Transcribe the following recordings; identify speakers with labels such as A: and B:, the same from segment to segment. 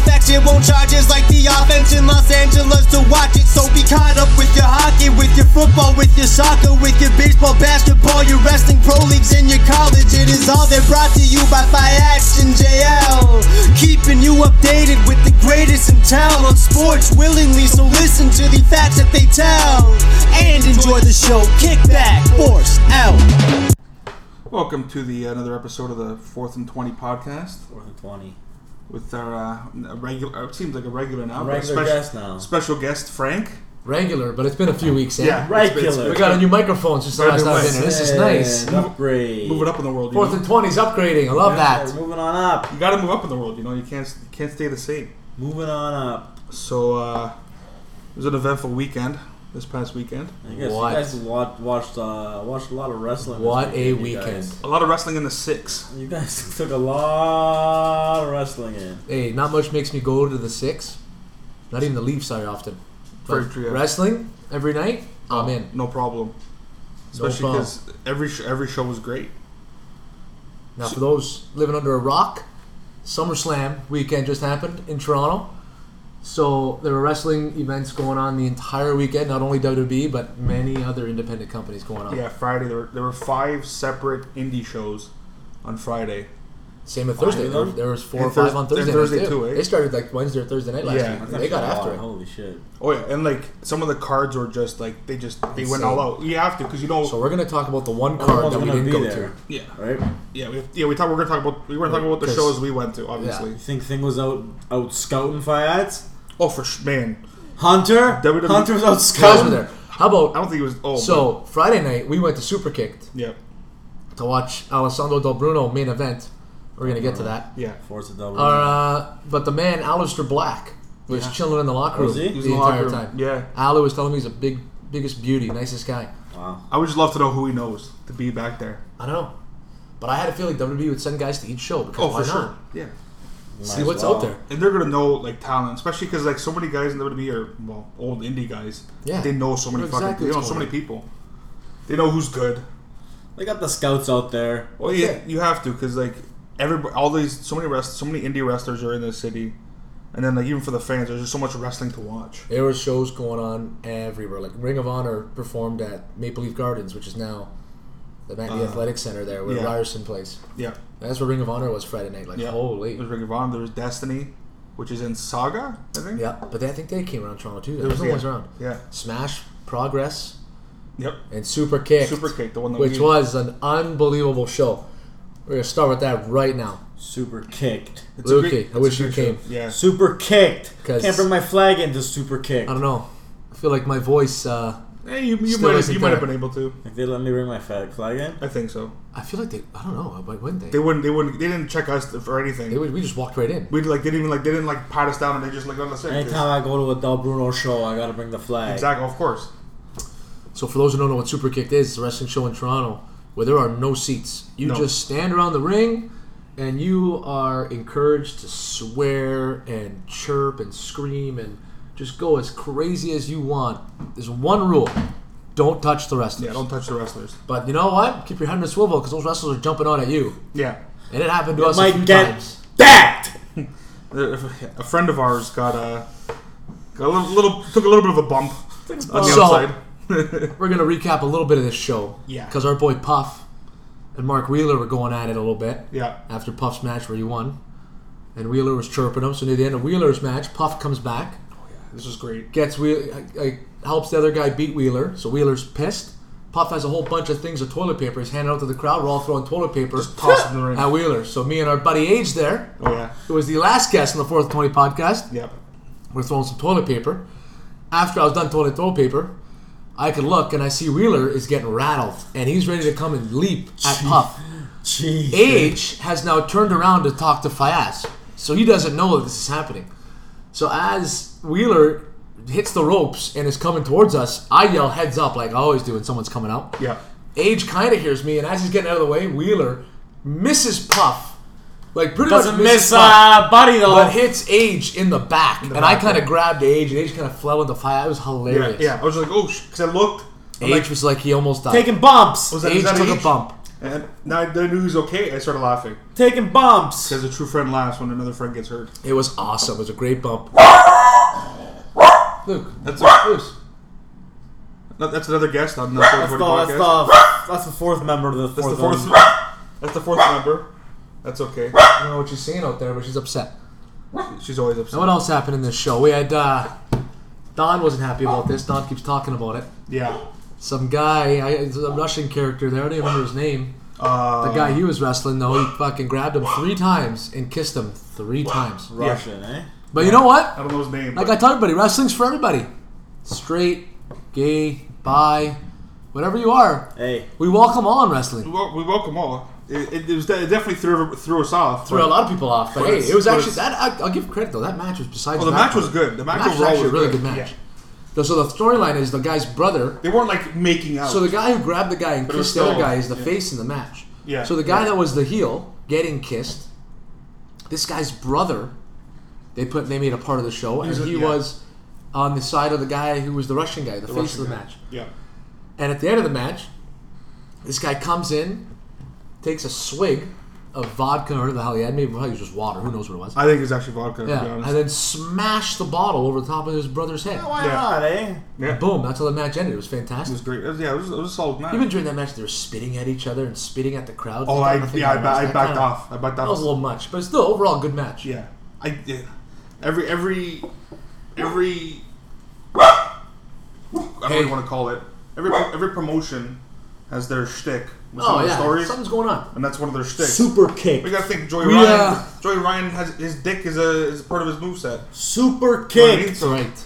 A: facts. It won't charge us like the offense in Los Angeles to watch it. So be caught up with your hockey, with your football, with your soccer, with your baseball, basketball, your wrestling, pro leagues, and your college. It is all they're brought to you by Fiats and JL. Keeping you updated with the greatest in town on sports willingly. So listen to the facts that they tell and enjoy the show. Kick back, force out.
B: Welcome to the uh, another episode of the Fourth and Twenty podcast
C: Fourth and twenty.
B: with our uh, regular. It seems like a regular now. but special,
C: Regular guest now.
B: Special guest Frank.
D: regular, but it's been a few weeks. Eh?
B: Yeah,
C: Right
B: it's been- it's
C: killer.
B: been-
D: we got a new microphone since the
B: Right,
D: last time I've been here. This is nice.
C: And upgrade.
B: Move it up in the world. You,
D: Fourth
B: know?
D: and twenties upgrading. I love
C: Yeah,
D: that.
C: we're moving on up.
B: you got to move up in the world. You know, you can't you can't stay the same.
C: Moving on up.
B: So uh, it was an eventful weekend this past weekend.
C: I guess
D: What?
C: you guys wa- watched uh, watched a lot of wrestling. this
D: What a
C: you guys.
D: weekend!
B: A lot of wrestling in the six.
C: You guys took a lot of wrestling in.
D: Hey, not much makes me go to the six. Not even the Leafs are often.
B: Very
D: But
B: true, yeah.
D: Wrestling every night. I'm in.
B: Oh, No problem.
D: No
B: Especially
D: problem.
B: because every sh- every show was great.
D: Now for those living under a rock, SummerSlam weekend just happened in Toronto. So there were wrestling events going on the entire weekend. Not only WWE, but many other independent companies going on.
B: Yeah, Friday there were, there were five separate indie shows on Friday.
D: Same with Thursday.
C: of
D: There,
C: them?
D: there was four
B: And
D: or five
B: Thurs-
D: on Thursday.
B: and Thursday
D: night,
B: too, eh?
D: They started like Wednesday or Thursday night last
B: Yeah.
D: week.
C: That's
D: They got
C: actually a
D: after
C: lot.
D: it.
C: Holy shit!
B: Oh yeah, and like some of the cards were just like they just they went
D: Insane.
B: all out. You have to because you know.
D: So we're gonna talk about the one
C: Everyone's
D: card that we
C: gonna
D: didn't
C: be
D: go
C: there,
B: yeah,
C: right?
B: yeah, we, yeah. We talk. We're gonna talk about we were talking about the
D: 'Cause-
B: shows we went to, obviously.
C: You think thing was out out scouting Fiats?
B: Oh, for sh- man,
C: Hunter.
B: WWE
C: Hunter was out
D: to. Guys were
C: scouting.
D: there. How
B: I don't
D: about
B: think it was. Oh,
D: so Friday night we went to Super Kicked
B: but- yeah,
D: to watch Alessandro Del Bruno main event. We're gonna get to that.
B: yeah.
C: Force of double.
D: Uh, but the man Alistair Black was chilling in the locker room
C: Was he? He
D: the
C: was
B: in the
D: entire
B: locker room,
D: time.
B: yeah.
D: Alu was telling me he's a big, biggest beauty, nicest guy.
C: wow.
B: I would just love to know who he knows to be back there.
D: I don't know, but I had a feeling WWE would send guys to each show because
B: Oh,
D: why
B: for
D: not?
B: sure. Yeah,
D: See
C: as
D: what's
C: well.
D: out there.
B: and they're gonna know like talent, especially because like so many guys in WWE are well old indie guys.
D: Yeah.
B: they know so many
D: Know
B: fucking.
D: exactly
B: They know
D: what's
B: so
D: going
B: many people. They know who's good.
C: They got the scouts out there.
B: Well, yeah, you have to because like everybody, all these so many rest, so many indie wrestlers are in this city, and then like even for the fans, there's just so much wrestling to watch.
D: There were shows going on everywhere. Like Ring of Honor performed at Maple Leaf Gardens, which is now the, the athletic center there where
B: Uh, yeah.
D: Ryerson plays.
B: Yeah,
D: That's where Ring of Honor was Friday night. Like
B: yeah.
D: holy,
B: There's Ring of Honor. There's Destiny, which is in Saga, I think.
D: yeah. But they, I think they came around Toronto too. There
B: It
D: was
B: was-
D: no
B: yeah.
D: one's around.
B: Yeah.
D: Smash, Progress,
B: Yep.
D: and Super Kick.
B: Super Kick, the one that
D: which
B: we-
D: was an unbelievable show. We're gonna start with that right now.
C: Super kicked.
B: a
D: Luki,
B: great-
D: I
B: it's
D: wish
B: a
D: you
B: great
D: came.
B: show. Yeah.
C: Super kicked.
D: 'Cause-
C: Can't bring my flag into super kicked.
D: I don't know. I feel like my voice. Uh,
B: Hey, you, you
D: Still
B: might have,
D: isn't
B: you might have
D: there.
B: been able to.
C: If they let me bring my flag flag in,
B: I think so.
D: I feel like they. I don't know. Why wouldn't they?
B: They wouldn't. They wouldn't. They didn't check us for anything.
D: They would- we just walked right in.
B: we like didn't even like they didn't like pat us down and they just like on the stage.
C: anytime I go to a Del Bruno show, I gotta bring the flag.
B: Exactly. Of course.
D: So for those who don't know what Super Kicked is, it's a wrestling show in Toronto where there are no seats. You
B: No.
D: just stand around the ring and you are encouraged to swear and chirp and scream and just go as crazy as you want. There's one rule. Don't touch the wrestlers.
B: Yeah. Don't touch the wrestlers.
D: But you know what? Keep your head in a swivel because those wrestlers are jumping out at you.
B: Yeah.
D: And it happened to us a
C: might
D: few
C: get-
D: times.
C: That.
B: A friend of ours got a, got a little, little took a little bit of a bump on the
D: So-
B: outside.
D: We're going to recap a little bit of this show.
B: Yeah.
D: Because our boy Puff and Mark Wheeler were going at it a little bit.
B: Yeah.
D: after Puff's match where he won, and Wheeler was chirping him. So near the end of Wheeler's match, Puff comes back,
B: This was great.
D: gets Wheeler, like, helps the other guy beat Wheeler. So Wheeler's pissed. Puff has a whole bunch of things of toilet paper. He's handing out to the crowd. We're all throwing toilet paper
B: toss it in the ring.
D: at Wheeler. So me and our buddy Age there,
B: Oh yeah.
D: who was the last guest on the Fourth Twenty podcast,
B: Yep.
D: we're throwing some toilet paper. After I was done throwing the toilet paper, I could look and I see Wheeler is getting rattled, and he's ready to come and leap at Puff.
C: Jeez.
D: Age has now turned around to talk to Fayaz. So he doesn't know that this is happening. So as Wheeler hits the ropes and is coming towards us, I yell heads up like I always do when someone's coming out.
B: Yeah.
D: Age kind of hears me, and as he's getting out of the way, Wheeler misses Puff, like pretty
C: Doesn't
D: much
C: miss
D: misses Puff,
C: uh, body though.
D: but hits Age in the back, and I
B: back,
D: kind
B: yeah.
D: of grabbed Age, and Age kind of fell in the fire. That was
B: Yeah,
D: hilarious.
B: yeah. I was like, oh, because I looked. I'm
D: Age
B: like,
D: was like he almost died.
C: Taking bumps.
B: was that,
D: Age
B: is that
D: took a
B: Age?
D: bump.
B: And now that I knew he was okay, I started laughing.
C: Taking bumps.
B: Because a true friend laughs when another friend gets hurt.
D: It was awesome. It was a great bump. Luke,
B: That's
D: Bruce.
B: no, that's another guest on the That's
C: That's the, that's,
B: podcast.
C: the, that's the fourth member of the
B: That's the
C: fourth.
B: fourth.
C: one.
B: That's the fourth member. That's okay.
D: I don't know what she's saying out there, but she's upset.
B: She's always
D: Now,
B: upset.
D: what else happened in this show? We had uh, Don wasn't happy about this. Don keeps talking about it.
B: Yeah.
D: Some guy, I, it's a Russian character there. I don't even remember his name.
B: Uh,
D: The guy he was wrestling though, he fucking grabbed him three times and kissed him three times.
C: Russian, eh?
D: But you know what?
B: I don't know his name.
D: Like
B: but
D: I tell everybody, wrestling's for everybody. Straight, gay, bi, whatever you are,
C: Hey,
D: we welcome all in
B: we
D: wrestling.
B: wel- we welcome all. It, it, it was de- it definitely threw threw us off.
D: Threw a lot of people off, but hey,
B: it's-
D: it was
B: but
D: actually
B: it's-
D: that. I, I'll give credit though. That match was besides.
B: Well, the
D: that
B: match was
D: part,
B: good. The match,
D: The match was
B: overall
D: actually
B: was
D: a really good
B: Yeah.
D: match. So the storyline is the guy's brother
B: They weren't like making out.
D: So the guy who grabbed the guy and
B: it was
D: kissed the other
B: still-
D: guy is the
B: yeah.
D: face in the match.
B: Yeah,
D: So the guy
B: yeah.
D: that was the heel getting kissed, this guy's brother, they put they made a part of the show, and
B: was a-
D: he
B: yeah.
D: was on the side of the guy who was the Russian guy, the, face of the match.
B: yeah.
D: And at the end of the match, this guy comes in, takes a swig of vodka or whatever the hell he had, maybe probably it was just water, who knows what it was.
B: I think it's actually vodka. To be
D: yeah, and
B: honest.
D: then smashed the bottle over the top of his brother's head.
C: why
B: Yeah.
C: not, eh?
B: yeah. It
D: Boom! That's how the match ended. It was fantastic.
B: was great. It was, yeah, it was, it was a solid match.
D: Even during that match, they were spitting at each other and spitting at the crowd.
B: oh, I
D: think
B: yeah, I,
D: that
B: ba-
D: was-
B: I
D: that
B: backed
D: kinda-
B: off. I backed
D: That was a
B: off.
D: little much, but still, overall, good match.
B: Yeah. I yeah. Every every every. I don't
D: Hey.
B: even want to call it. Every every promotion has their shtick. with some
D: Oh
B: of the
D: yeah,
B: stories,
D: something's going on.
B: and that's one of their shticks.
C: Super
B: We
C: kick.
B: gotta think. Joey
D: We,
B: Ryan.
D: uh,
B: Joey Ryan has his dick is a is part of his moveset.
C: Super
B: You know what I mean?
C: kick.
D: That's right.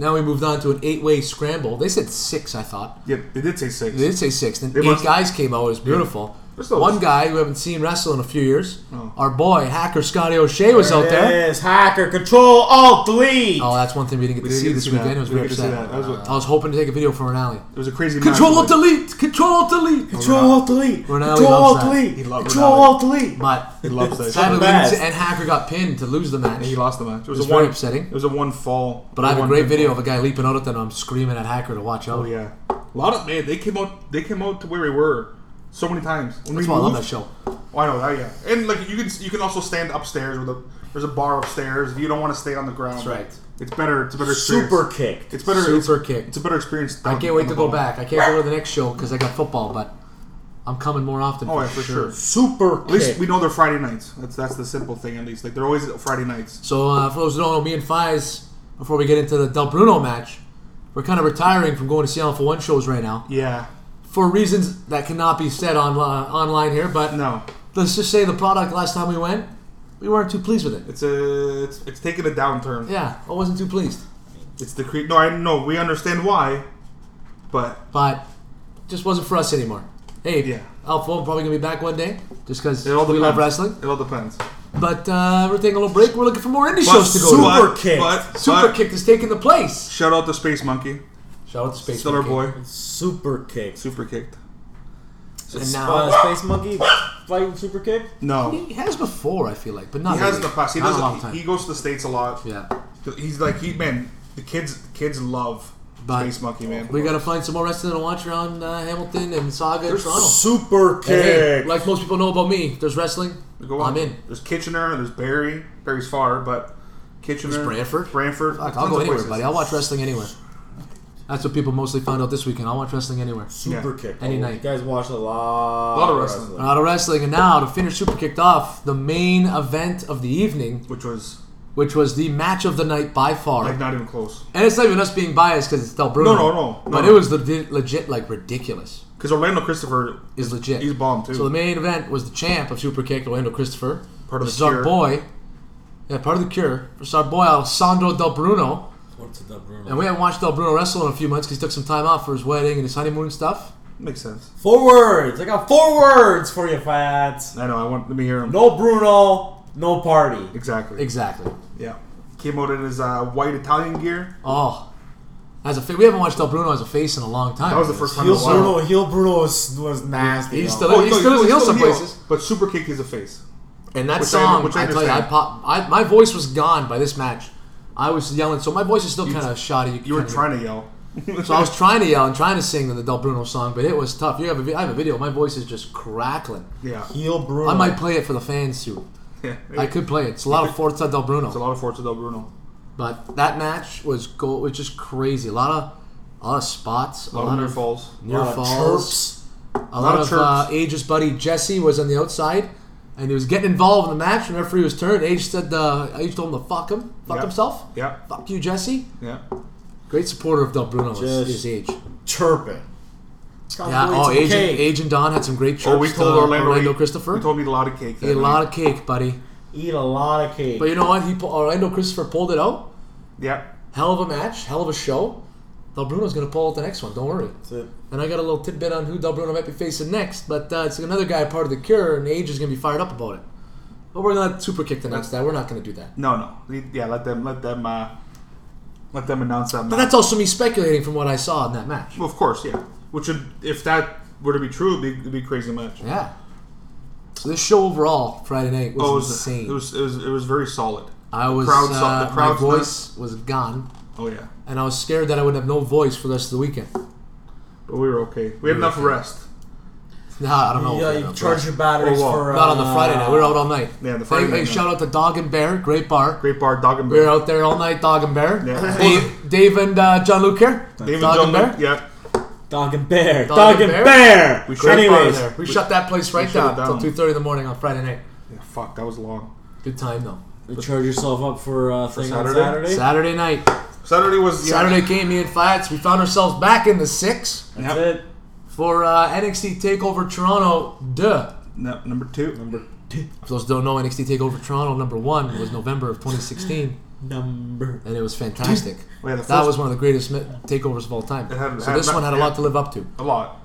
D: Now we moved on to an eight-way scramble. They said six, I thought.
B: Yeah, they did say six.
D: They did say six. Then
B: They
D: eight
B: must-
D: guys came out. It was beautiful.
B: There's those-
D: One guy we haven't seen wrestle in a few years.
B: Oh.
D: Our boy Hacker Scotty O'Shea was out there.
C: Yes, hacker control alt delete.
D: Oh, that's one thing we didn't get to
B: didn't
D: see
B: get
D: this
B: to see
D: weekend.
B: that.
D: It was
B: We
D: very
B: didn't get to see that. That was
D: upset.
B: what-
D: I was hoping to take a video for an alley.
B: It was a crazy
D: Control
B: match.
D: Alt Delete. Control Alt Delete.
C: Control alt delete.
D: Ronaldo
C: Control
D: loves
C: alt
D: that.
C: delete.
B: He loves
C: Control
B: Ronaldo.
C: alt delete.
D: But
B: He loves that.
D: sadly,
C: the best.
D: and Hacker got pinned to lose the match.
B: He lost the match. It was,
D: was
B: a one
D: very upsetting.
B: It was a one fall.
D: But I have a
B: one
D: great
B: pinfall.
D: video of a guy leaping out at them. I'm screaming at Hacker to watch out.
B: Oh yeah, a lot of man. They came out. They came out to where we were so many times. When
D: That's
B: we
D: why I love that
B: moved-
D: show.
B: Oh, I know that. Yeah, and like you can you can also stand upstairs with a there's a bar upstairs. If you don't want to stay on the ground,
D: That's right.
B: It's better. It's a better. Experience.
C: Super kick.
B: It's better.
D: Super
B: it's,
D: kick.
B: It's a better experience.
D: I
B: down-
D: can't wait
B: on
D: to
B: the
D: go
B: ball.
D: back. I can't go to the next show because I got football, but I'm coming more often.
B: Oh yeah, for sure.
C: Super
B: At least
C: kick.
B: we know they're Friday nights. That's that's the simple thing. At least like they're always Friday nights.
D: So uh, for those who don't know, me and Fies, before we get into the Del Bruno match, we're kind of retiring from going to Seattle for one shows right now
B: Yeah.
D: for reasons that cannot be said on, uh, online here. But
B: No.
D: let's just say the product last time we went, we weren't too pleased with it.
B: It's a it's, it's taking a downturn.
D: Yeah, I wasn't too pleased.
B: It's the cre- no. I know we understand why, but
D: but just wasn't for us anymore. Hey,
B: Yeah.
D: Alpha probably gonna be back one day, just because
B: it
D: we
B: all depends.
D: love wrestling.
B: It all depends.
D: But uh, we're taking a little break. We're looking for more indie shows to go
C: Super
D: to.
B: but,
C: Kick.
B: But,
D: Super
B: but-
D: Kick is taking the place.
B: Shout out to Space Monkey.
D: Shout out to Space
B: Still our
D: Monkey.
B: boy.
C: super kick.
B: Super kicked.
D: And now
C: uh, Space Monkey fighting super kick.
B: No.
D: he has before, I feel like, but not
B: He has
D: really.
B: in the past. He
D: Not
B: does
D: a long time.
B: not He goes to the states a lot.
D: yeah,
B: He's like he man. The kids kids love
D: But-
B: Space Monkey man.
D: we gotta find some more wrestling to watch around uh, Hamilton and Saga and Toronto.
C: Super kick.
D: And hey, like most people know about me, there's wrestling.
B: Go on.
D: I'm in.
B: There's Kitchener. There's Barry. Barry's far, but Kitchener.
D: There's Brantford.
B: Brantford.
D: Fuck, I'll
B: tons
D: go
B: of
D: anywhere,
B: places.
D: buddy. I'll watch wrestling anywhere. That's what people mostly found out this weekend. I'll watch wrestling anywhere.
C: super
B: Yeah.
C: kick.
D: Any
C: Oh,
D: night.
C: You guys watch a lot.
B: lot of wrestling.
D: Out of wrestling, and now to finish Super Kicked off, the main event of the evening,
B: Which was
D: which was the match of the night by far.
B: like not even close.
D: and it's not even us being biased because it's Del Bruno.
B: No, no, no, no,
D: But
B: no.
D: it was the legit, like ridiculous.
B: Because Orlando Christopher
D: Is legit.
B: He's bomb too.
D: So the main event was the champ of Super Kick, Orlando Christopher.
B: Part of
D: versus
B: the
D: our
B: Cure.
D: boy. Yeah, part of the cure. Versus our boy Alessandro Del Bruno.
C: What's the
D: And we haven't watched Del Bruno wrestle in a few months because he took some time off for his wedding and his honeymoon and stuff.
B: Makes sense.
C: Four words. I got four words for you, fats.
B: I know. I want. Let me hear him.
C: No Bruno, no party.
B: Exactly.
D: Exactly.
B: yeah. Came out in his uh, white Italian gear.
D: Oh, As a fa- we haven't watched Del Bruno as a face in a long time.
B: That was the first time in a
E: Heel Bruno,
B: while.
E: heel Bruno was, was nasty.
D: He's
E: yo.
B: Oh,
D: still- he still is a heel some places.
B: But super kick is a face.
D: And that
B: Which I-
D: song,
B: which I
D: I, tell you, I
B: understand.
D: pop. I, my voice was gone by this match. I was yelling, so my voice is still kind of shoddy.
B: You were
D: kinda-
B: trying to yell.
D: So I was trying to yell and trying to sing the Del Bruno song, but it was tough. You have a vi- I have a video. My voice is just crackling.
B: Yeah.
E: heel Bruno.
D: I might play it for the fans soon.
B: yeah.
D: I could play it. It's a lot of Forza Del
B: It's a
D: Bruno,
B: lot of Forza Del Bruno.
D: but that match was go was just crazy. A lot of a lot of spots,
B: A lot of near falls.
E: a
D: near
E: lot of
D: falls,
E: chirps.
D: a lot
B: of
D: of
B: chirps.
D: uh, Age's buddy Jesse was on the outside, and he was getting involved in the match. And the referee was turned. Age said, uh, Age told him to fuck him, fuck
B: Yeah.
D: himself,
B: Yeah.
D: fuck you, Jesse.
B: Yeah.
D: Great supporter of Del Bruno is,
C: Just-
D: is Age.
E: Chirping.
D: Yeah. Oh, Age, and, Age and Don had some great chirps.
B: Oh, we told
D: to
B: Orlando, he-
D: Christopher.
B: We told me a lot of cake.
D: He had a lot of cake, buddy.
C: Eat a lot of cake.
D: But you know what? He pu- Orlando Christopher pulled it out.
B: Yeah.
D: Hell of a match. Hell of a show. Del Bruno's going to pull out the next one. Don't worry.
C: That's it.
D: And I got a little tidbit on who Del Bruno might be facing next, but uh, it's another guy part of the Cure, and Age is going to be fired up about it. But we're not super kick the next guy. We're not going to do that.
B: No, no. He- Yeah, let them, let them, uh, let them announce that.
D: But that's also me speculating from what I saw in that match.
B: Well, of course, yeah. Which would, if that were to be true, it'd be, it'd be a crazy match.
D: Yeah. So this show overall, Friday night, was,
B: Oh, it
D: insane.
B: It was, it was, it was very solid.
D: I was
B: crowd saw-
D: uh,
B: the crowd's
D: my voice was gone,
B: Oh yeah,
D: and I was scared that I would have no voice for the rest of the weekend.
B: but we were okay. We had enough rest.
D: Nah, I don't know.
E: Yeah,
D: if
E: you
D: I'm
E: charge your batteries
B: Oh, wow.
E: for.
D: Not on
E: uh,
D: the Friday night. We were out all night.
B: Yeah, the Friday
D: hey, hey,
B: night, yeah.
D: shout out to Dog and Bear, great bar.
B: Great bar, dog and
D: We
B: bear.
D: were out there all night, Dog and Bear.
B: Yeah.
D: Dave, Dave and uh, John Luke here.
B: David
D: Dog and
B: Jungler,
D: Bear.
B: Yeah,
C: Dog and bear.
D: Dog
C: Dog,
D: and
C: and,
D: bear?
C: bear.
B: We shut the bar
C: Anyways,
B: there.
D: We shut that place right
B: shut it
D: down
B: down.
D: until two thirty in the morning on Friday night.
B: yeah. Fuck, that was long.
D: Good time though.
C: you charge yourself up for uh, thing
B: Saturday?
C: on Saturday.
D: Saturday night.
B: Saturday was yeah,
D: Saturday came. Me and Fiats. We found ourselves back in the six
C: That's
B: Yep.
C: it.
D: for uh, NXT Takeover Toronto. Duh.
B: No, number two. Number
D: For those who don't know, NXT Takeover Toronto number one was November of 2016,
C: Number.
D: and it was fantastic.
B: Oh, yeah, the
D: That
B: first-
D: was one of the greatest mi- takeovers of all time.
B: It had-
D: So
B: had
D: this
B: not-
D: one had a
B: yeah.
D: lot to live up to.
B: a lot.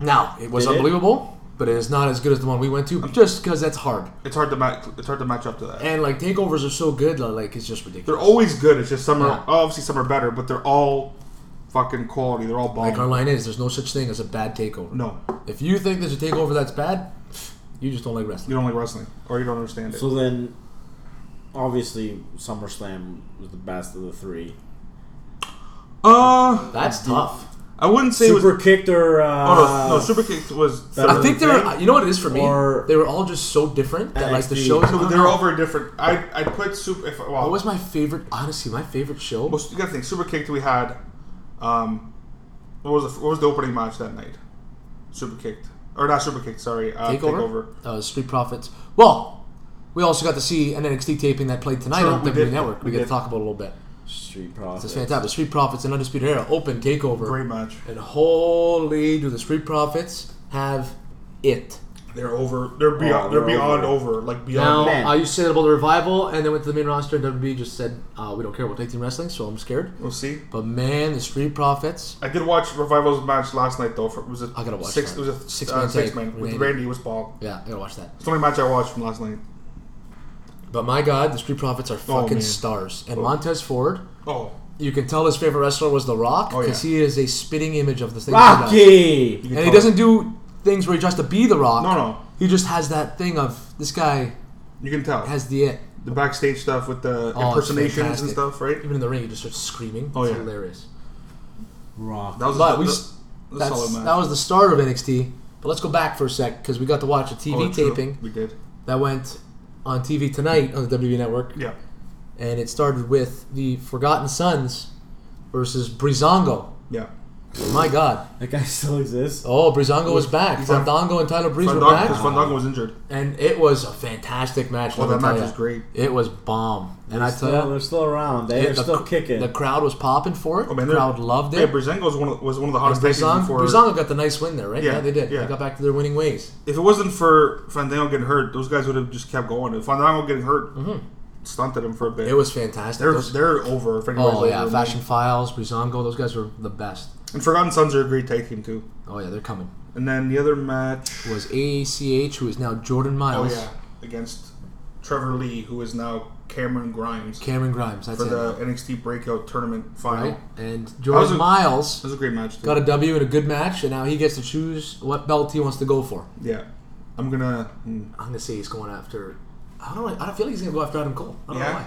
D: Now it was
C: Did it?
D: unbelievable, but it is not as good as the one we went to, just because that's hard.
B: It's hard to match. It's hard to match up to that.
D: And like takeovers are so good, like it's just ridiculous.
B: They're always good. It's just some
D: Yeah.
B: are obviously some are better, but they're all fucking quality. They're all bomb.
D: Like uh, our line is, there's no such thing as a bad takeover.
B: no,
D: If you think there's a takeover that's bad, you just don't like
B: you
D: wrestling.
B: don't like wrestling, or you don't understand it.
C: So then, obviously, SummerSlam was the best of the three.
B: uh,
D: That's tough.
B: I wouldn't say it was.
C: Super kicked or uh,
B: Oh no, no, super kick was.
C: Better.
D: I think they're. You know what it is for me?
C: Or-
D: They were all just so different that like the
C: NXT.
D: shows.
B: No, but they're all very different. I I put super. If, well,
D: What was my favorite? Honestly, my favorite show.
B: Well, you gotta think. Super kicked. We had, um, what was the, what was the opening match that night? Super kicked or not super kicked? Sorry, uh,
D: takeover. Uh, Street Profits. Well, we also got to see an NXT taping that played tonight
B: Sure,
D: on
B: we
D: WWE
B: did.
D: Network. We,
B: We
D: get to
B: did.
D: talk about it a little bit.
C: Street Profits.
D: It's fantastic. Street Profits and Undisputed Era open takeover.
B: Great match.
D: And holy, do the Street Profits have it?
B: They're over. They're beyond.
C: Oh,
B: they're,
C: they're
B: beyond over.
C: over.
B: Like
D: Now,
B: beyond.
C: Man.
D: uh, you said about the revival, and then went to the main roster, and WWE just said, uh, we don't care about tag team wrestling, so I'm scared.
B: We'll see.
D: But man, the Street Profits.
B: I did watch Revival's match last night though. For, it was a
D: I gotta watch
B: six.
D: that.
B: It was a
D: Six
B: six uh,
D: man
B: six
D: tag,
B: man with
D: Randy.
B: Randy was bomb.
D: Yeah, I gotta watch that.
B: It's the only match I watched from last night.
D: But my god, the Street Profits are fucking
B: Oh, man.
D: stars. And Montez Ford,
B: Oh,
D: you can tell his favorite wrestler was The Rock,
B: Oh, yeah.
D: because he is a spitting image of the thing. He does.
C: Rocky.
D: And he doesn't do things where he tries to be The Rock.
B: No, no.
D: He just has that thing of, this guy
B: you can tell
D: has the it.
B: the backstage stuff with the
D: it's
B: impersonations and
D: fantastic.
B: stuff, right?
D: Even in the ring, he just starts screaming.
B: Oh,
D: it's
B: yeah.
D: hilarious.
C: Rock.
B: That was
D: But
B: a,
D: we
B: that- that
D: s-
B: was a
D: That's,
B: solid match.
D: that was the start of NXT. But let's go back for a sec because we got to watch a TV
B: Oh, true.
D: taping
B: We did.
D: that went on TV tonight on the WWE Network,
B: Yeah.
D: and it started with the Forgotten Sons versus Brizongo.
B: Yeah.
D: My God!
C: That guy still exists.
D: Oh, Brizongo was back.
B: He's on-
D: Fandango and Tyler Breeze were
B: Fandango,
D: back,
B: because Fandango was injured.
D: and it was a fantastic match.
B: Oh,
D: let me
B: that
D: tell
B: match
D: ya.
B: was great.
D: It was bomb, and I
C: Still,
D: tell you,
C: they're still around. They, are still kicking.
D: The crowd was popping for it.
B: Oh man,
D: the
B: they're-
D: crowd loved it.
B: Yeah, Breezango was one of, was one of the hottest tag teams
D: Brizongo,
B: before.
D: Brizongo got the nice win there, right?
B: Yeah,
D: they did.
B: yeah.
D: They got back to their winning ways.
B: If it wasn't for Fandango getting hurt, those guys would have just kept going. If Fandango getting hurt stunted him for a bit.
D: Mm-hmm. It was fantastic.
B: they're
D: Those-
B: they're over. If anybody's
D: Oh yeah,
B: over.
D: Fashion Files, Brizongo, those guys were the best.
B: And Forgotten Sons are a great tag team too.
D: Oh yeah, they're coming.
B: And then the other match.
D: Was AACH, who is now Jordan
B: Oh
D: Miles,
B: yeah, against Trevor Lee, who is now Cameron Grimes
D: Cameron Grimes. That's
B: for
D: it.
B: the NXT Breakout Tournament final.
D: right? And
B: I
D: George
B: was a-
D: Miles
B: That was a great match. Too.
D: got a W in a good match, and now he gets to choose what belt he wants to go for.
B: Yeah, I'm gonna. hmm.
D: I'm gonna say he's going after. I don't know. I don't feel like he's gonna go after Adam Cole. I don't know
B: Yeah.
D: why.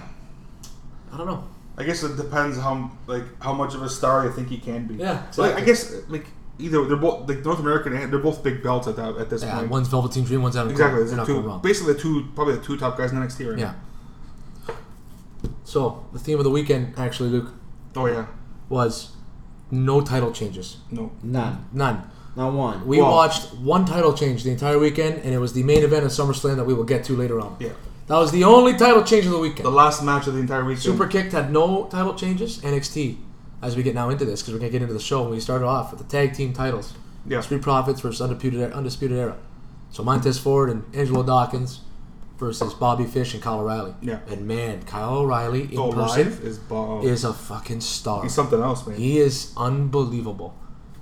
D: I don't know.
B: I guess it depends how like how much of a star I think he can be.
D: Yeah,
B: So, like, I
D: exactly.
B: guess like either they're both like North American. and They're both big belts at that at this
D: Yeah,
B: point.
D: one's Velveteen Dream, one's Adam
B: exactly.
D: Cole.
B: those
D: They're
B: are
D: not
B: two-
D: going wrong.
B: basically the two probably the two top guys in NXT right
D: Yeah.
B: now.
D: So the theme of the weekend, actually, Luke,
B: Oh yeah.
D: was no title changes.
B: No.
C: None.
D: None.
C: Not one.
D: We
C: Well,
D: watched one title change the entire weekend, and it was the main event of SummerSlam that we will get to later on.
B: Yeah.
D: That was the only title change of the weekend.
B: The last match of the entire weekend.
D: Super Kicked had no title changes. NXT, as we get now into this, because we're gonna get into the show. We started off with the tag team titles.
B: Yeah.
D: Street Profits versus Undisputed Undisputed Era. So Montez Ford and Angelo Dawkins versus Bobby Fish and Kyle O'Reilly.
B: Yeah.
D: And man, Kyle O'Reilly in
B: Go
D: person
B: Oh, live is bomb.
D: is a fucking star.
B: He's something else, man.
D: He is unbelievable.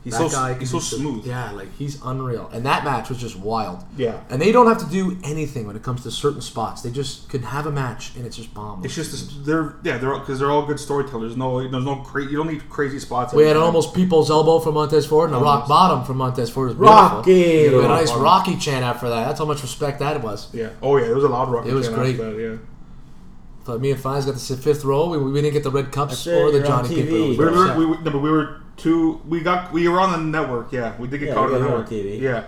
B: he's
D: That
B: so
D: guy can
B: he's so
D: be so-
B: smooth.
D: Yeah, like he's unreal. And that match was just wild.
B: Yeah.
D: And they don't have to do anything when it comes to certain spots. They just can have a match and it's just bomb.
B: It's just this- they're yeah they're because they're all good storytellers. No, there's no cra- you don't need crazy spots.
D: We had an
B: every time.
D: almost people's elbow from Montez Ford and a rock
B: Almost.
D: bottom from Montez Ford. It was
E: Rocky!
D: beautiful. We had a nice
B: Bottom.
D: Rocky chant after that. That's how much respect that was.
B: yeah. Oh yeah, it was a loud rock.
D: It was great.
B: yeah.
D: But me and Fives got to sit fifth row. We, we didn't get the red cups
E: That's it,
D: or the
E: you're on TV.
D: Johnny Paper. It was
B: We
D: very
B: were,
D: sad.
B: we were, no, but we were two. We got we were on the network. Yeah, we did get
E: Yeah,
B: caught
E: we
B: on the
E: got it on
B: network.
E: TV.
B: Yeah,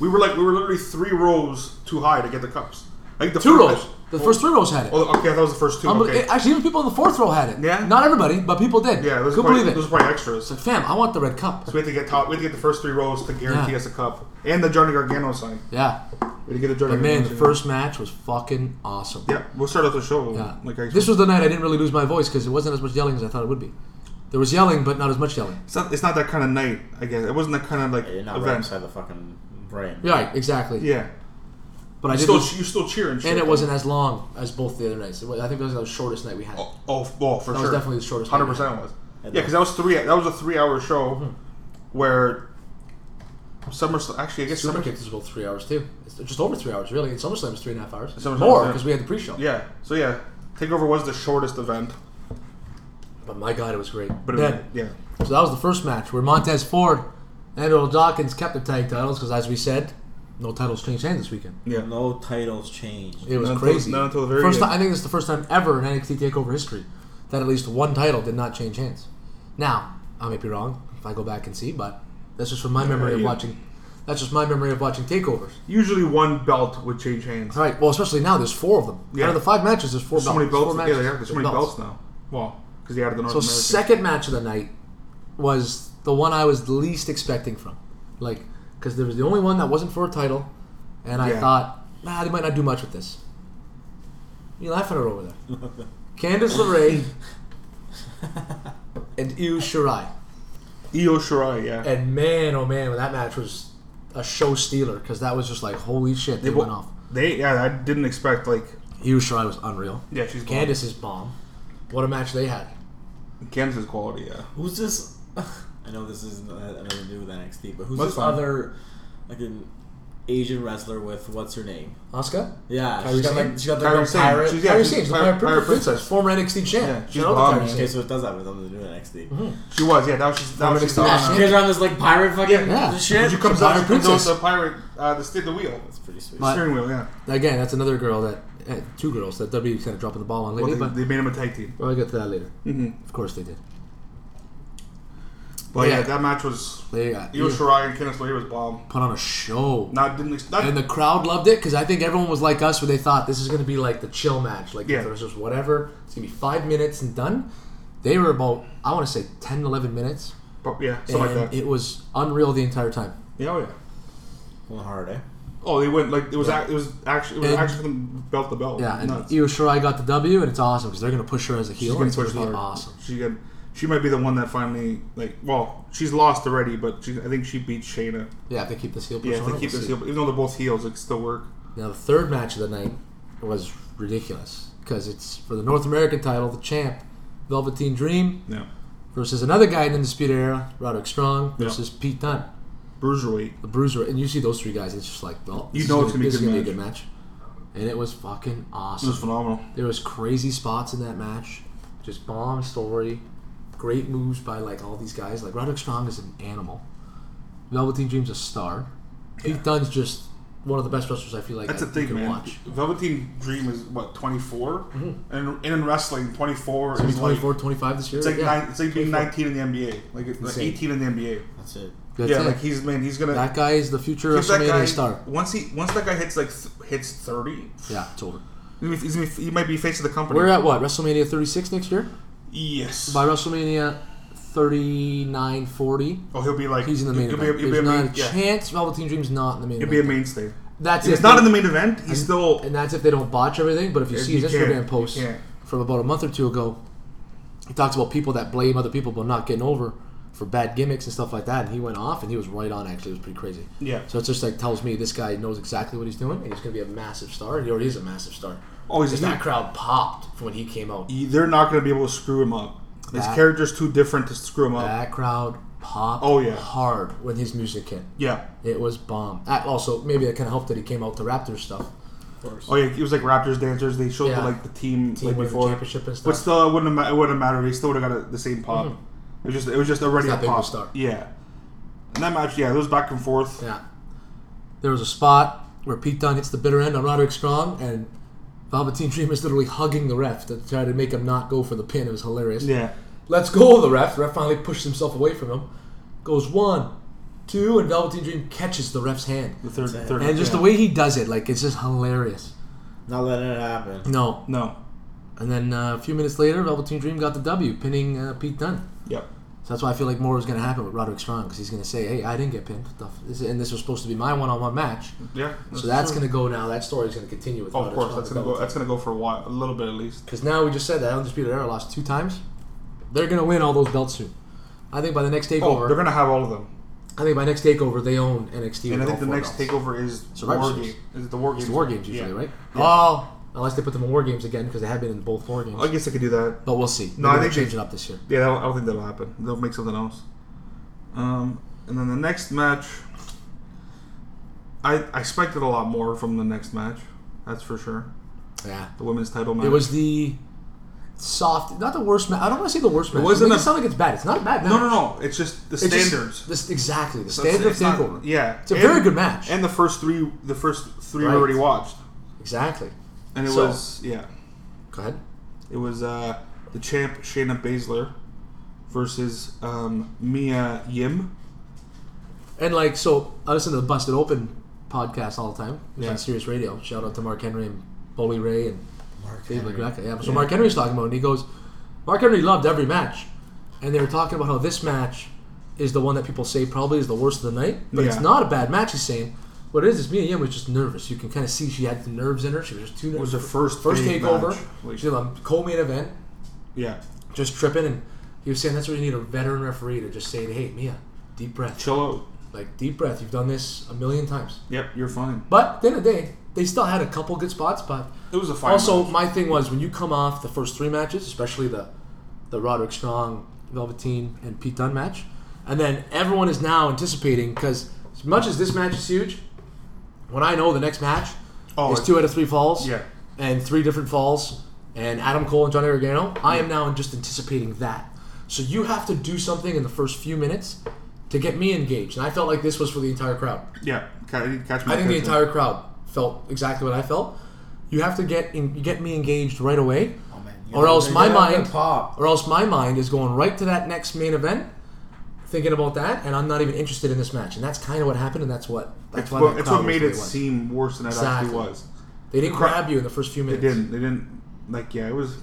B: we were like we were literally three rows too high to get the cups. Like the
D: Two
B: first-
D: rows. The first three rows had it.
B: Oh, okay, that was the first two.
D: Unbe-
B: Okay.
D: it- Actually, even people in the fourth row had it.
B: Yeah?
D: Not everybody, but people did.
B: yeah, those
D: Couldn't
B: probably,
D: believe it.
B: those were probably extras. So
D: Like, fam, I want the red cup.
B: we had to get top. We had to get the first three rows to guarantee
D: Yeah.
B: us a cup and the Johnny Gargano sign.
D: Yeah.
B: We had to get the Johnny.
D: But man,
B: Gargano
D: the
B: sign.
D: first match was fucking awesome.
B: Yeah, we'll start off the show.
D: Yeah.
B: Like I
D: this was the night I didn't really lose my voice because it wasn't as much yelling as I thought it would be. There was yelling, but not as much yelling.
B: It's not, it's not that kind of night. I guess it wasn't that kind of like
C: You're not right
B: event.
C: inside the fucking brain.
D: Right, exactly.
B: yeah,
D: But I
B: you
D: did
B: still
D: lose-
B: you still cheering.
D: and it wasn't as long as both the other nights. It was- I think that was the shortest night we had.
B: Oh, oh, oh, for
D: That was
B: sure.
D: definitely the shortest
B: Hundred
D: night.
B: percent was. Yeah, because that was three. That was a three-hour show
D: Hmm.
B: where Summer. Actually, I guess
D: Super
B: Summer.
D: Kick is about three hours too. It's just over three hours really. And SummerSlam was three and a half hours.
B: SummerSlam,
D: More
B: yeah.
D: because we had the pre-show.
B: Yeah. So yeah, Takeover was the shortest event,
D: But my God, it was great.
B: but it,
D: Then,
B: yeah,
D: So that was the first match where Montez Ford and Earl Dawkins kept the tag titles because, as we said, no titles changed hands this weekend.
B: yeah.
C: No titles changed.
D: It was
B: Not until-
D: crazy.
B: not until the very
D: first
B: end.
D: ti- I think it's the first time ever in NXT Takeover history that at least one title did not change hands. Now I might be wrong if I go back and see, but that's just from my memory of
B: yeah.
D: watching. That's just my memory of watching takeovers.
B: Usually one belt would change hands.
D: All right. Well, especially now, there's four of them.
B: Yeah.
D: Out of the five matches, there's four
B: So
D: belts.
B: many belts.
D: Four
B: Yeah,
D: matches,
B: yeah, there's so many belts now. Well, because they added the North
D: So
B: American.
D: second match of the night was the one I was the least expecting from, like because there was the only one that wasn't for a title, and I
B: Yeah.
D: thought, nah, they might not do much with this. You laughing at her over there, Candice LeRae and Io Shirai,
B: Io Shirai. Yeah.
D: and man, oh man, that match was a show stealer because that was just like holy shit, they,
B: They
D: went
B: bo-
D: off.
B: They yeah. I didn't expect like
D: Io Shirai was unreal.
B: yeah. She's quality.
D: Candice is bomb. What a match they had.
B: Candace is quality. Yeah.
C: Who's this? I know this isn't uh, nothing to do with NXT, but who's
B: That's
C: this
B: fine.
C: other like an Asian wrestler with what's her name?
D: Oscar.
C: Yeah,
D: Kyrie
C: she's got
D: Sane?
C: like she got like
B: Kyrie
C: a
B: Sane.
C: pirate.
B: She's- yeah,
D: Yeah, Kyrie Sane's the
B: Pirate-
D: Pirate, Princess,
B: Pirate Princess.
D: former NXT champ.
B: Yeah, she's
D: Shout out to
B: bomb,
D: Kyrie
B: man.
D: Sane.
C: Okay, so it does have something to do with NXT.
B: She was. Yeah. Now she's now
D: Women
B: she's
D: in
B: on.
D: Smash.
B: uh,
C: She comes around this like pirate fucking
D: Yeah.
C: shit.
D: Would you
C: come?
D: come-
B: comes out,
D: Pirate
B: she comes out
D: Princess.
B: with the pirate, uh, the, sti- the wheel,
C: It's pretty sweet.
D: But-
B: steering wheel, yeah.
D: Again, that's another girl that eh, two girls that WWE kind of dropping the ball on
B: Well,
D: lately,
B: they,
D: but
B: they made him a tag team.
D: we'll get to that later. Mm-hmm. Of course they did.
B: But yeah,
D: Yeah.
B: that match was.
D: They got
B: Io Shirai and Candice LeRae was bomb.
D: put on a show,
B: Not didn't ex- not,
D: and the crowd loved it because I think everyone was like us, where they thought this is going to be like the chill match, like
B: Yeah.
D: there was just whatever. It's going to be five minutes and done. They were about I want to say 10, 11 minutes,
B: but yeah, something
D: and
B: like that.
D: it was unreal the entire time.
B: yeah, oh yeah.
C: Going hard, eh?
B: Oh, they went like it was. Act, it was actually it was
D: And-
B: actually from belt to belt.
D: Yeah, and
B: Nuts.
D: Io Shirai got the W, and it's awesome because they're going to push her as a heel.
B: she's
D: and
B: gonna
D: it's
B: push
D: gonna
B: hard.
D: be awesome.
B: She got, she might be the one that finally like. Well, she's lost already, but she, I think she beat Shayna.
D: Yeah, if they keep this heel
B: Yeah,
D: persona.
B: if they keep
D: we'll
B: this
D: see.
B: heel, even though they're both heels, it could still work.
D: Now the third match of the night was ridiculous because it's for the North American title, the champ, Velveteen Dream,
B: Yeah,
D: versus another guy in the Undisputed Era, Roderick Strong, versus Pete Dunne,
B: bruiserweight.
D: the Bruiser. And you see those three guys, it's just like, well,
B: You
D: this
B: know
D: is
B: it's gonna be a
D: this
B: good
D: is gonna be a good match. and it was fucking
B: It
D: awesome.
B: was phenomenal.
D: There was crazy spots in that match, just bomb story, great moves by like all these guys. Like Roderick Strong is an animal. Velveteen Dream's a star. Keith Dunn's just one of the best wrestlers I feel like
B: That's
D: I,
B: the thing,
D: you can
B: man.
D: watch. Mm-hmm.
B: Velveteen Dream is what 24, and, and in wrestling, 24
D: He's
B: is like
D: 24, 25 this year.
B: it's like
D: yeah.
B: nine, it's like being 19 in the NBA, like, it's like
D: Insane.
B: 18 in the NBA.
C: That's it.
D: That's
B: yeah,
D: it.
B: like he's man, he's gonna
D: that guy is the future
B: if that
D: WrestleMania
B: guy
D: star.
B: once he once that guy hits like th- hits 30,
D: Yeah, it's over.
B: he's gonna be- he's gonna be- he might be face of the company.
D: We're at what WrestleMania 36 next year.
B: yes.
D: By WrestleMania 39, 40,
B: oh, he'll be like
D: he's in the main
B: he'll
D: event.
B: Be, he'll be a
D: There's not
B: main,
D: a
B: yeah,
D: chance Velveteen Dream's not in the main
B: he'll
D: event.
B: be a mainstay.
D: That's
B: If
D: it.
B: he's not in the main event, he's still
D: And that's if they don't botch everything. But if you
B: If
D: see
B: you
D: his
B: can't,
D: Instagram
B: you
D: post
B: can't.
D: from about a month or two ago, he talks about people that blame other people but not getting over for bad gimmicks and stuff like that. And he went off, and he was right on. Actually, it was pretty crazy.
B: yeah.
D: So it's just like tells me this guy knows exactly what he's doing, and he's going to be a massive star. And he already is a massive star.
B: Oh, he's
D: Because
B: a
D: that crowd popped from when he came out.
B: they're not going to be able to screw him up. His
D: That-
B: character's too different to screw him up.
D: That crowd popped.
B: Oh, yeah.
D: hard when his music hit.
B: Yeah.
D: It was bomb. That also, maybe that kind of helped that he came out to Raptors stuff.
B: Oh yeah, he was like Raptors dancers. They showed
D: Yeah.
B: the, like the team,
D: Team
B: like
D: winning
B: before,
D: championship and
B: but
D: stuff.
B: still, it wouldn't have, ma- it wouldn't have mattered. He still would have got a, the same pop. It was just it was just already
D: Mm-hmm. It's
B: a
D: not big of a
B: pop.
D: start.
B: Yeah, and that match, yeah, it was back and forth.
D: Yeah. There was a spot where Pete Dunne hits the bitter end on Roderick Strong, and Velveteen Dream is literally hugging the ref to try to make him not go for the pin. It was hilarious.
B: Yeah,
D: Let's go, the ref. The ref finally pushes himself away from him. Goes one, two, and Velveteen Dream catches the ref's hand.
B: the third, third,
D: And just
B: yeah.
D: the way he does it, like, it's just hilarious.
C: Not letting it happen.
D: No.
B: No,
D: And then uh, a few minutes later, Velveteen Dream got the W, pinning uh, Pete Dunne.
B: yep,
D: So that's why I feel like more is going to happen with Roderick Strong because he's going to say, hey, I didn't get pinned. Stuff. This- And this was supposed to be my one on one match.
B: yeah.
D: So that's going to go now. That story's going to continue with.
B: Oh, of course, that's gonna go. uh, That's gonna go for a while, a little bit at least.
D: Because now we just said that Undisputed Era lost two times. They're going to win all those belts soon. I think by the next
B: Oh,
D: takeover,
B: they're gonna have all of them,
D: I think by next takeover they own NXT.
B: and
D: with
B: I think
D: all
B: the
D: four
B: next
D: belts.
B: takeover is
D: Survivor
B: war
D: Series.
B: game. Is it the war games?
D: It's the War Games usually,
B: Yeah.
D: right? Oh, unless they put them in War Games again because they have been in both War Games.
B: I guess they could do that.
D: But we'll see.
B: No,
D: Maybe
B: I
D: they'll
B: think
D: change
B: they-
D: it up this year.
B: Yeah, I don't- I don't think that'll happen. They'll make something else. Um, and then the next match, I, I expected a lot more from the next match. That's for sure.
D: Yeah,
B: The women's title match.
D: it was the soft, not the worst match. I don't want to say the worst match. It
B: wasn't
D: wasn't. It
B: a-
D: sound like it's bad. It's not a bad match.
B: no, no, no. It's just the
D: It's just-
B: standards.
D: this, exactly the
B: So
D: standard
B: it's-
D: of
B: it's not-
D: takeover.
B: yeah,
D: It's a very good match.
B: And the first three, the first three
D: Right.
B: we already watched,
D: exactly.
B: and it
D: So-
B: was yeah,
D: Go ahead.
B: it was uh, the champ Shayna Baszler versus um, Mia Yim.
D: And like, so I listen to the Busted Open podcast all the time. It's
B: Yeah.
D: on Sirius Radio. Shout out to Mark Henry and Bully Ray and
C: Mark
D: Dave
C: Henry.
D: LaGreca. Yeah. So Mark Henry's talking about, it, and he goes, Mark Henry loved every match, and they were talking about how this match is the one that people say probably is the worst of the night, but it's
B: Yeah.
D: not a bad match. He's saying. What it is is Mia Yim was just nervous. You can kind of see she had the nerves in her. She was just too nervous.
B: was her first
D: first
B: big
D: takeover.
B: match. Like-
D: she did a co-main event,
B: Yeah,
D: just tripping, and he was saying that's where you need a veteran referee to just say, "Hey, Mia, deep breath."
B: chill out.
D: Like deep breath. You've done this a million times.
B: Yep, you're fine.
D: But at the end of the day, they still had a couple good spots. But
B: It was a fine.
D: also,
B: match.
D: my thing was when you come off the first three matches, especially the the Roderick Strong, Velveteen, and Pete Dunne match, and then everyone is now anticipating because as much as this match is huge, when I know the next match
B: Oh,
D: is
B: it-
D: two out of three falls,
B: Yeah.
D: and three different falls, and Adam Cole and Johnny Gargano, I am now just anticipating that. So you have to do something in the first few minutes to get me engaged, and I felt like this was for the entire crowd.
B: yeah, ca- catch my
D: I think
B: attention.
D: the entire crowd felt exactly what I felt. You have to get in, you get me engaged right away,
C: You
D: or
C: know,
D: else
C: they
D: my
C: get up and
D: mind,
C: Pop.
D: or else my mind is going right to that next main event, thinking about that, and I'm not even interested in this match. And that's kind of what happened, and that's what that's
B: It's
D: why
B: what,
D: that
B: it's
D: crowd
B: what
D: was
B: made
D: the way
B: it
D: was.
B: seem worse than it
D: Exactly.
B: actually was.
D: They didn't
B: cra-
D: grab you in the first few
B: They
D: minutes,
B: didn't. They didn't. Like yeah, it was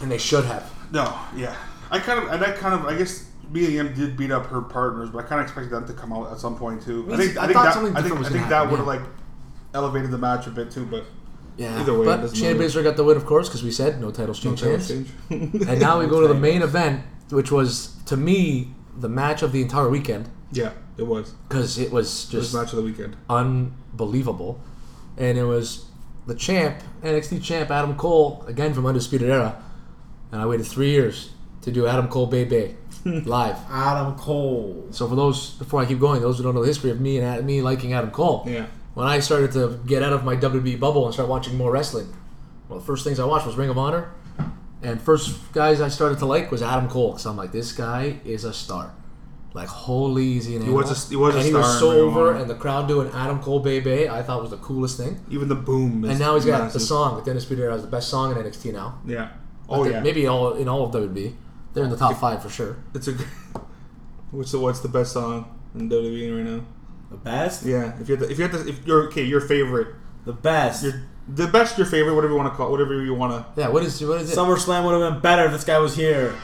D: and they should have.
B: no. Yeah, I kind of and I kind of I guess BAM did beat up her partners, but I kind of expected them to come out at some point too.
D: I
B: I think
D: thought
B: I, think that
D: something
B: I
D: different
B: think,
D: was
B: I think
D: gonna
B: that
D: happen,
B: would have
D: yeah.
B: like elevated the match a bit too, but
D: Yeah,
B: Either way, it
D: but
B: doesn't
D: Shayna
B: matter.
D: Baszler got the win, of course, because we said no titles change hands.
B: change.
D: And now we go to the main event, which was to me the match of the entire weekend
B: yeah, it was
D: because it was just
B: first match of the weekend.
D: unbelievable. And it was the champ, NXT champ Adam Cole, again from Undisputed Era. And I waited three years to do Adam Cole Bay Bay live.
C: Adam Cole.
D: So for those, before I keep going, those who don't know the history of me and Ad- me liking Adam Cole,
B: Yeah.
D: when I started to get out of my WWE bubble and start watching more wrestling, one of the first things I watched was Ring of Honor, and first guys I started to like was Adam Cole. Cause I'm like, this guy is a star. Like holy, is he an
B: was
D: animal.
B: a- he was a
D: and he
B: star
D: was
B: in
D: so
B: Ring of
D: over,
B: Honor.
D: and the crowd doing Adam Cole Bay Bay, I thought was the coolest thing.
B: Even the boom. Is
D: And now he's got the
B: massive.
D: song with Dennis Pider as the best song in NXT now.
B: Yeah.
D: I
B: Oh
D: think
B: yeah.
D: Maybe all in all of WWE, they're in the top five for sure.
B: it's a. What's the what's the best song in WWE right now?
E: The best?
B: Yeah. If you have to, if you have to, if you're okay, your favorite,
E: The best.
B: your the best, your favorite, whatever you want to call, it, whatever you want to.
D: Yeah, what is what is it?
E: SummerSlam would have been better if this guy was here.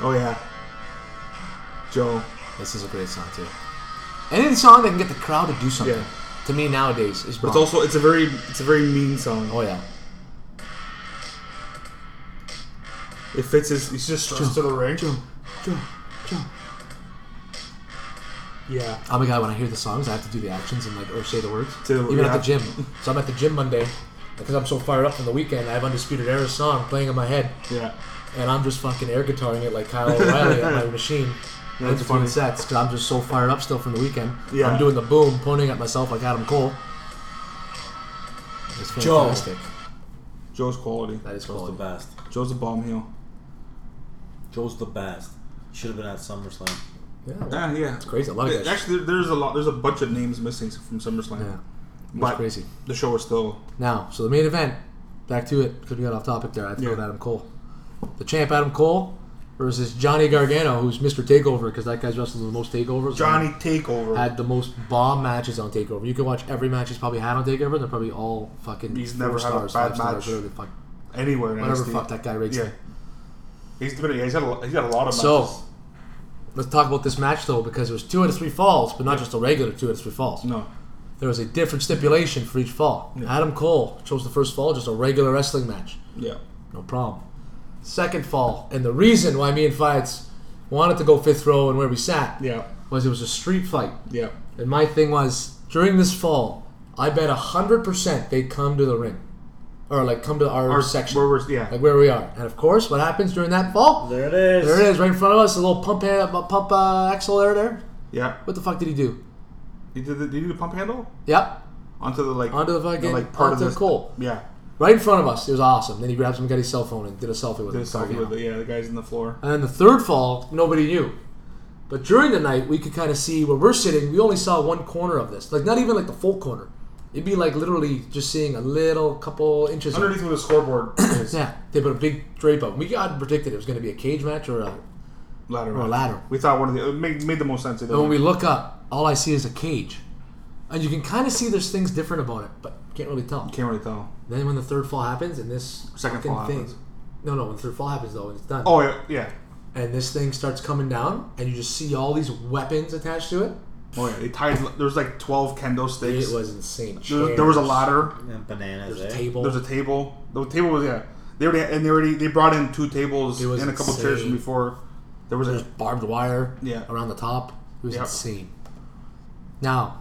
B: Oh yeah. Joe.
D: This is a great song too. Any song that can get the crowd to do something
B: Yeah.
D: to me nowadays is.
B: But
D: But
B: it's also it's a very it's a very mean song.
D: oh yeah,
B: It fits his. He's just stressed to the ring. Yeah.
D: I'm a guy Oh when I hear the songs, I have to do the actions and like or say the words.
B: To-
D: Even
B: yeah.
D: at the gym, so I'm at the gym Monday because I'm so fired up from the weekend. I have Undisputed Era's song playing in my head,
B: Yeah.
D: and I'm just fucking air guitaring it like Kyle O'Reilly at my machine. in
B: That's
D: between
B: funny.
D: sets because I'm just so fired up still from the weekend.
B: Yeah.
D: I'm doing the boom, pointing at myself like Adam Cole. It's
E: Joe.
D: fantastic.
B: Joe's quality.
D: That is
E: Joe's the
D: cool.
E: best.
B: Joe's a bomb heel.
E: Joe's the best. Should have been at SummerSlam.
D: Yeah, well,
B: Yeah, yeah. It's
D: crazy. A lot of guys-
B: Actually, there- there's a lot. There's a bunch of names missing from SummerSlam.
D: yeah.
B: but
D: crazy.
B: The show was still.
D: Now, so the main event, back to it because we got off topic there. I thought
B: Yeah.
D: Adam Cole, the champ Adam Cole versus Johnny Gargano, who's Mr. Takeover because that guy's wrestled the most takeovers.
B: Johnny Takeover.
D: had the most bomb matches on Takeover. You can watch every match he's probably had on Takeover. and They're probably all fucking.
B: He's
D: four
B: never had a
D: stars,
B: bad
D: five stars,
B: match.
D: Whatever, the fuck,
B: Anywhere. in
D: whatever
B: NXT.
D: fuck that guy rates.
B: Yeah.
D: them.
B: He's been. Yeah, he's had. A, lo- he's got a lot of matches.
D: So, let's talk about this match though because it was two out of three falls, but not just a regular two out of three falls.
B: no.
D: There was a different stipulation for each fall. Adam Cole chose the first fall, just a regular wrestling match.
B: Yeah.
D: No problem. Second fall, and the reason why me and Fights wanted to go fifth row and where we sat
B: Yeah.
D: was it was a street fight.
B: Yeah.
D: And my thing was during this fall, I bet hundred percent they'd come to the ring, or like come to our,
B: Our
D: section,
B: Where we're, yeah.
D: like where we are. And of course, what happens during that fall?
E: There it is.
D: There it is, right in front of us. A little pump, hand, pump uh, axle there, there.
B: yeah.
D: What the fuck did he do?
B: He did. The, did he do the pump handle
D: Yep,
B: onto the like
D: Onto the fucking-
B: like part
D: onto
B: of the
D: Cole.
B: Yeah.
D: right in front of us. It was awesome. Then he grabs him, got his cell phone, and did a selfie with
B: Did a
D: him.
B: selfie with it. Yeah. The guys in the floor.
D: And then the third fall, nobody knew. But during the night, we could kind of see where we're sitting. We only saw one corner of this, like not even like the full corner. It'd be like literally just seeing a little couple inches. of-
B: Underneath where the scoreboard is
D: Yeah, they put a big drape up. We got predicted it was going to be a cage match or a.
B: ladder.
D: Or a Oh, ladder.
B: We thought one of the it made, made the most sense.
D: And when we look up, all I see is a cage, and you can kind of see there's things different about it, but can't really tell.
B: Can't really tell.
D: Then when the third fall happens, and this
B: Second
D: fucking
B: fall
D: thing,
B: happens.
D: no, no, when the third fall happens though, and it's done.
B: Oh yeah. yeah.
D: And this thing starts coming down, and you just see all these weapons attached to it.
B: Oh yeah. They tied. There was like twelve kendo sticks.
D: It was insane.
B: There was, there was a
D: Chairs,
B: ladder.
E: And bananas,
D: There's a
E: eh?
D: table.
B: There was a table. The table was yeah. They already and they already they brought in two tables
D: It was
B: and a couple chairs from
D: insane.
B: before. There was
D: there's
B: a
D: barbed wire
B: Yeah.
D: around the top. It was
B: Yep.
D: insane. Now,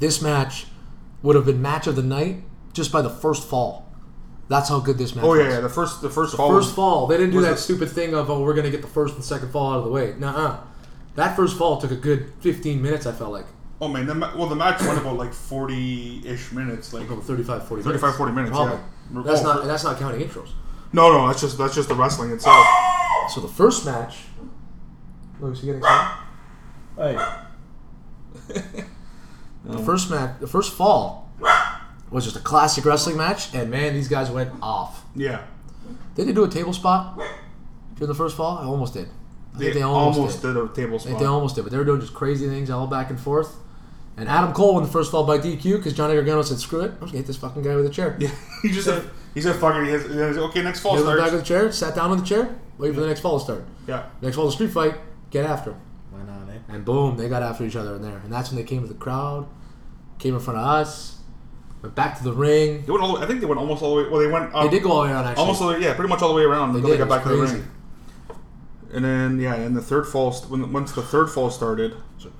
D: this match would have been match of the night just by the first fall. That's how good this match
B: oh
D: was.
B: yeah, yeah the first the first fall
D: First
B: was,
D: fall. They didn't do
B: was
D: that
B: the-
D: stupid thing of, oh, we're going to get the first and second fall out of the way. Nuh-uh. That first fall took a good 15 minutes, I felt like.
B: oh man the, ma- well the match went about like forty ish minutes like
D: Over 35, 40 minutes.
B: 35, 40 minutes,
D: Probably.
B: yeah.
D: That's,
B: Oh,
D: not,
B: for-
D: that's not counting intros.
B: no no that's just that's just the wrestling itself
D: So the first match... Louis, you getting excited?
E: Hey.
D: The first match, the first fall, was just a classic wrestling match, and man, these guys went off.
B: yeah
D: Did they do a table spot during the first fall? I almost did. I
B: they,
D: think they
B: almost,
D: almost, did.
B: did. a table
D: I think
B: spot
D: they almost did, but they were doing just crazy things all back and forth. And Adam Cole won the first fall by DQ because Johnny Gargano said, "Screw it, I'm just gonna hit this fucking guy with a chair."
B: yeah he just said he said fucking he has, he has- okay next fall
D: Hit him in the back
B: starts
D: of the chair, sat down on the chair, waited for the next fall to start.
B: yeah
D: Next fall, the street fight, get after him.
E: Why not, eh?
D: And boom, they got after each other in there. And that's when they came to the crowd, came in front of us, went back to the ring.
B: they went all the, I think they went almost all the way well they went up,
D: They did go all the way around actually.
B: almost all the, yeah pretty much all the way around until
D: did,
B: they got
D: it was
B: back to the
D: crazy.
B: ring and then yeah and the third fall st- when once the third fall started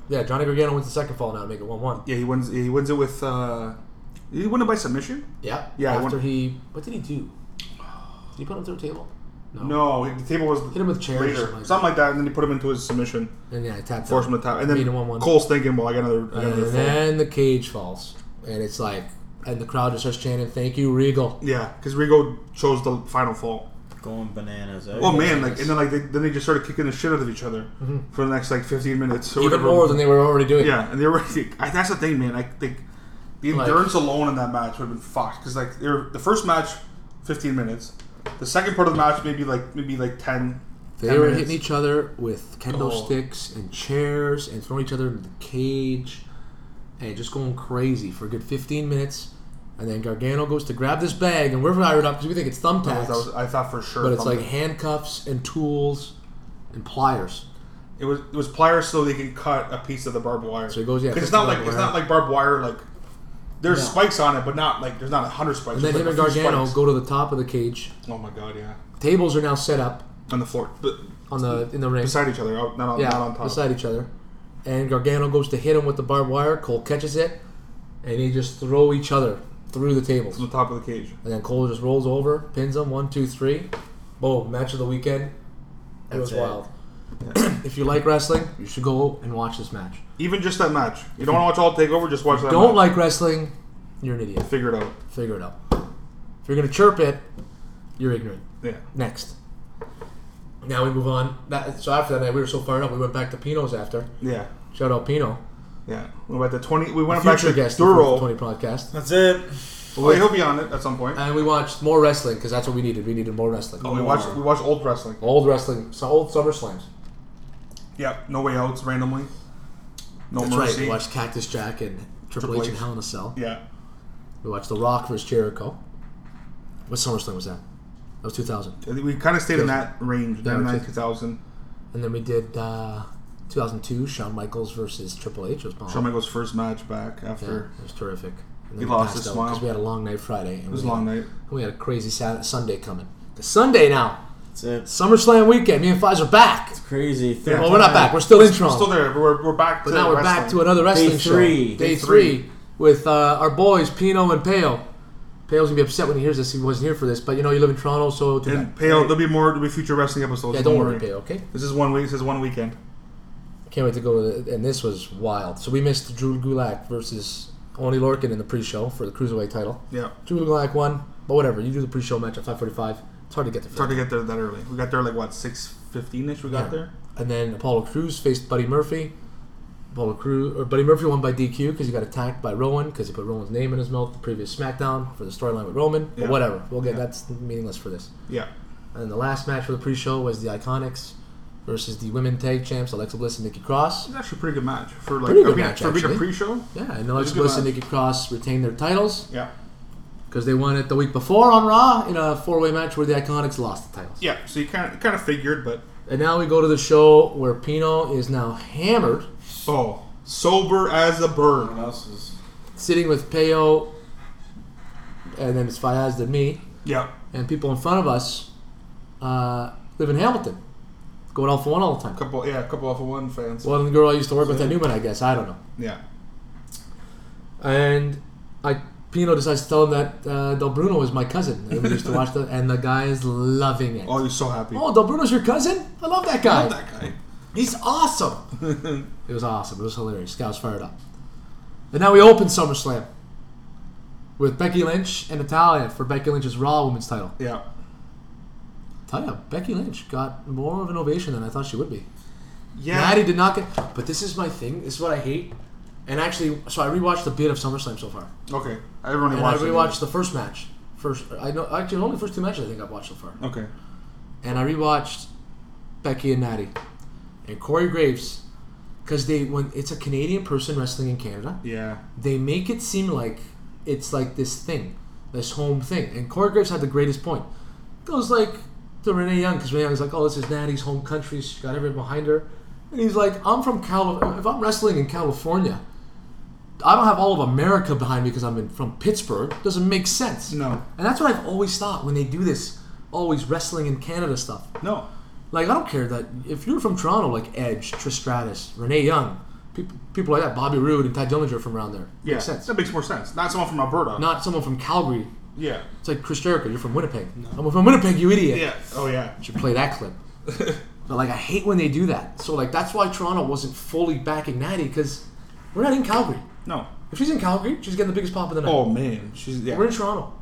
D: Yeah, Johnny Gargano wins the second fall now to make it one one.
B: yeah he wins he wins it with uh did he win it by submission
D: Yeah.
B: Yeah, I
D: After
B: won-
D: he, what did he do? Did he put him through a table?
B: No, the table was
D: Hit him with chairs or
B: later.
D: something like
B: something like that, and then he put him into his submission,
D: And yeah, I tapped
B: forced
D: out.
B: him to tap, and then
D: Beat him Uh, one one.
B: Cole's thinking, "Well, I got another, I got
D: And
B: another fall."
D: then the cage falls, and it's like, and the crowd just starts chanting, "Thank you, Regal."
B: Yeah, because Rigo chose the final fall.
E: Going bananas. eh?
B: Oh man, like and then like they, then they just started kicking the shit out of each other for the next like 15 minutes or
D: Even
B: whatever.
D: more than they were already doing.
B: Yeah, and they were. I, that's the thing, man. I think the
D: Like-
B: endurance alone in that match would have been fucked because like they were, the first match, 15 minutes. The second part of the match maybe like maybe like 10.
D: They
B: 10
D: were
B: minutes.
D: hitting each other with kendo
B: Oh.
D: sticks and chairs and throwing each other in the cage and just going crazy for a good 15 minutes. And then Gargano goes to grab this bag, and we're fired up because we think it's
B: I,
D: thumbtacks,
B: was, I thought for sure,
D: but it's like
B: something.
D: handcuffs and tools and pliers.
B: it was it was pliers so they could cut a piece of the barbed wire.
D: So it goes, yeah,
B: 'Cause
D: fix
B: it's
D: the
B: not like
D: barbed
B: it's
D: wire.
B: not like barbed wire like. There's spikes on it, but not like there's not a hundred spikes.
D: And then
B: there's,
D: him and
B: like, a few
D: Gargano
B: spikes.
D: go to the top of the cage.
B: Oh my god, yeah,
D: Tables are now set up
B: on the floor, but
D: on the in the ring.
B: beside each other, out- not on,
D: yeah,
B: not on top.
D: beside each other. And Gargano goes to hit him with the barbed wire. Cole catches it, and they just throw each other through the tables.
B: on the top of the cage.
D: And then Cole just rolls over, pins him one, two, three. Boom, match of the weekend. It was
E: it.
D: wild. if you like wrestling, you should go and watch this match.
B: Even just that match. You don't want to watch all takeover. Just watch that.
D: Don't
B: match.
D: like wrestling, you're an idiot.
B: figure it out.
D: Figure it out. If you're gonna chirp it, you're ignorant.
B: Yeah.
D: Next. Now we move on. That, so after that night, we were so fired up, we went back to Pino's after.
B: Yeah.
D: Shout out Pino,
B: Yeah. We went to twenty. We went back
D: future
B: to
D: guest of the
B: Duro.
D: Twenty Podcast,
E: That's it.
B: Well, he'll be on it at some point.
D: and we watched more wrestling because that's what we needed. We needed more wrestling.
B: Oh, we watched we watched old wrestling.
D: old wrestling, so old SummerSlams.
B: Yeah. No way outs randomly. No
D: That's right.
B: mercy.
D: We watched Cactus Jack and Triple,
B: Triple
D: H,
B: H.
D: and Hell in a Cell.
B: Yeah.
D: We watched The Rock versus Jericho. What SummerSlam was that? That was 2000.
B: I think We kind of stayed in that range,
D: Yeah,
B: 99,
D: just-
B: 2000.
D: And then we did uh, 2002, Shawn Michaels versus Triple H was bomb.
B: Shawn Michaels' first match back
D: Yeah,
B: after
D: it was terrific. And
B: He lost his smile.
D: because we had a long night Friday. And
B: it was a
D: we
B: long
D: had,
B: night.
D: and We had a crazy Saturday, Sunday coming. 'Cause Sunday now,
E: That's it.
D: SummerSlam weekend. Me and Fiz are back.
E: Crazy. Third
D: Well, we're not
E: time.
D: back. We're still in Toronto.
B: Still there. but We're, we're back.
D: Oh. But
B: to
D: now we're
B: wrestling.
D: back to another wrestling
E: three.
D: show. Day,
B: Day
D: three.
B: three.
D: with uh, our boys Pino and Pale. Pale's gonna be upset when he hears this. He wasn't here for this, but you know you live in Toronto, so too bad.
B: And Pale, there'll be more. There'll be future wrestling episodes.
D: yeah, don't worry, Pale. Okay,
B: This is one week. This is one weekend.
D: can't wait to go. With it. And this was wild. So we missed Drew Gulak versus Oni Lorkin in the pre-show for the cruiserweight title.
B: Yeah.
D: Drew Gulak won, but whatever. You do the pre-show match at 5:45. It's hard to get there.
B: It's hard to get there that early. We got there like what six fifteen ish. We got there.
D: And then Apollo Cruz faced Buddy Murphy. Apollo Cruz or Buddy Murphy won by DQ because he got attacked by Rowan because he put Rowan's name in his mouth the previous SmackDown for the storyline with Roman. But
B: Yeah.
D: whatever, we'll get that's meaningless for this.
B: Yeah.
D: And then the last match for the pre-show was the Iconics versus the women tag champs Alexa Bliss and Nikki Cross.
B: It's actually a pretty good match for like
D: Pretty good
B: I mean,
D: match,
B: for being a
D: actually.
B: pre-show.
D: Yeah, and Alexa
B: a good
D: Bliss and
B: match.
D: Nikki Cross retained their titles
B: Yeah,
D: because they won it the week before on Raw in a four-way match where the Iconics lost the titles.
B: yeah. So you kind of kind of figured, but
D: And now we go to the show where Pino is now hammered.
B: oh, sober as a bird.
C: What else is
D: sitting with Peo, and then it's Fayaz than me,
B: Yeah,
D: and people in front of us uh, live in Hamilton, going off for one all the time.
B: couple yeah, couple off of one fans.
D: Well, the girl I used to work with at Newman, I guess I don't know.
B: Yeah,
D: And I Pino decides to tell him that uh, Del Bruno is my cousin. And we used to watch the, and the guy is loving it.
B: oh, you're so happy.
D: Oh, Del Bruno's your cousin? I love that guy.
B: Love that guy.
D: He's awesome. it was awesome. It was hilarious. Guy was fired up. And now we open SummerSlam with Becky Lynch and Natalia for Becky Lynch's Raw Women's title.
B: Yeah,
D: Tell you, Becky Lynch got more of an ovation than I thought she would be.
B: yeah.
D: Maddie did not get. But this is my thing. This is what I hate. And actually, so I rewatched a bit of SummerSlam so far.
B: okay, everyone
D: And I
B: watched.
D: rewatched the first match. First, I know actually only the first two matches I think I've watched so far.
B: It. Okay,
D: and I rewatched Becky and Natty and Corey Graves because they when it's a Canadian person wrestling in Canada,
B: yeah,
D: they make it seem like it's like this thing, this home thing. And Corey Graves had the greatest point. Goes like to Renee Young because Renee Young's like, "Oh, this is Natty's home country. She's got everyone behind her." And he's like, "I'm from California. If I'm wrestling in California." I don't have all of America behind me because I'm in, from Pittsburgh. Doesn't make sense.
B: No.
D: And that's what I've always thought when they do this, always wrestling in Canada stuff.
B: no,
D: Like I don't care that if you're from Toronto, like Edge, Tristratus, Renee Young, people, people like that, Bobby Roode and Ty Dillinger from around there.
B: yeah.
D: Makes sense.
B: That makes more sense. Not someone from Alberta.
D: Not someone from Calgary
B: Yeah.
D: It's like Chris Jericho, you're from Winnipeg. I'm from Winnipeg, you idiot.
B: Yeah. Oh yeah.
D: should play that clip. but like I hate when they do that. So like that's why Toronto wasn't fully backing Natty because we're not in Calgary.
B: No.
D: If she's in Calgary, she's getting the biggest pop of the night.
B: Oh man. She's yeah.
D: We're in Toronto,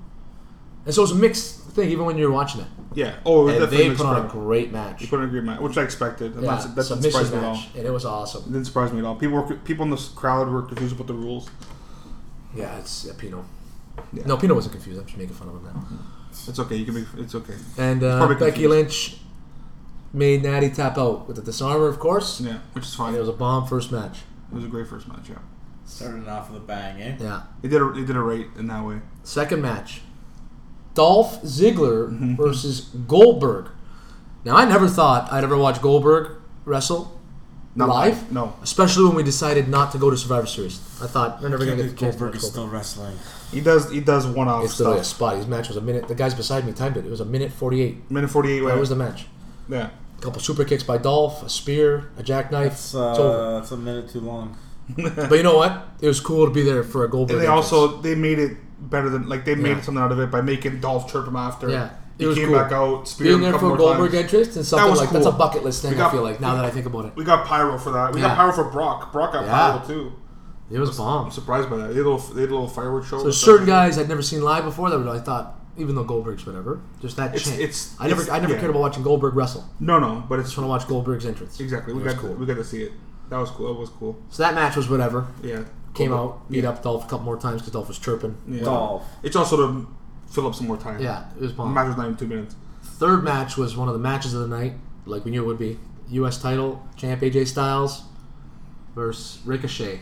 D: and so it's a mixed thing even when you're watching it.
B: yeah. Oh,
D: And
B: that
D: they
B: they
D: put on a great match.
B: put on a great match, which I expected. I'm
D: Yeah,
B: not, that didn't
D: submission
B: surprise me at all.
D: match, and it was awesome.
B: Didn't surprise me at all. People were people in the crowd were confused about the rules.
D: Yeah, it's uh, Pino.
B: Yeah.
D: No, Pino wasn't confused. I'm just making fun of him now.
B: It's okay. You can be. It's okay.
D: And uh,
B: probably
D: Becky
B: confused.
D: Lynch made Natty tap out with a disarmer, of course.
B: Yeah, which is fine.
D: And it was a bomb first match.
B: a great first match. Yeah,
E: Starting off with a bang, eh?
D: Yeah.
B: they did. A, they did it right in that way.
D: Second match Dolph Ziggler
B: Mm-hmm.
D: versus Goldberg. Now, I never thought I'd ever watch Goldberg wrestle
B: Not
D: live,
B: No.
D: especially when we decided not to go to Survivor Series. I thought we're never going to get the chance to
E: Goldberg
D: watch
E: is still wrestling.
B: He does. He does one off
D: It's literally a
B: stuff.
D: spot. His match was a minute. The guys beside me timed it. It was a minute 48.
B: Minute forty-eight.
D: That
B: right?
D: was the match.
B: yeah.
D: A couple super kicks by Dolph, a spear, a jackknife.
E: It's,
D: it's over.
E: uh, it's a minute too long.
D: But you know what? It was cool to be there for a Goldberg.
B: And they
D: entrance.
B: also they made it better than like they made
D: Yeah.
B: something out of it by making Dolph chirp him after.
D: Yeah, it
B: He
D: was
B: came
D: cool.
B: back out, speared
D: being
B: him a
D: there
B: couple
D: for a
B: more
D: Goldberg
B: times.
D: entrance and something
B: was
D: like that's a
B: cool.
D: bucket list thing.
B: We got-
D: I feel like now that I think about it.
B: We got pyro for that. We
D: Yeah.
B: got pyro for Brock. Brock got
D: Yeah.
B: pyro too.
D: It was bomb.
B: I'm surprised by that. They did a little, they did a little fireworks show.
D: So certain guys I'd never seen live before that I thought, even though Goldberg's whatever, just that
B: It's-
D: chant.
B: it's-
D: I never,
B: it's-
D: I never
B: yeah.
D: cared about watching Goldberg wrestle.
B: No, no, but it's
D: Just want to watch Goldberg's entrance.
B: exactly. We
D: It was
B: got
D: cool.
B: we got to see it. That was cool. That was cool.
D: So that match was whatever.
B: Yeah.
D: Came
B: Cool.
D: out, beat up Dolph a couple more times because Dolph was chirping.
B: Yeah.
E: Dolph.
B: It's also to fill up some more time.
D: Yeah, it was
B: The
D: bomb.
B: match was not even two minutes.
D: Third match was one of the matches of the night, like we knew it would be. U.S. title champ AJ Styles versus Ricochet.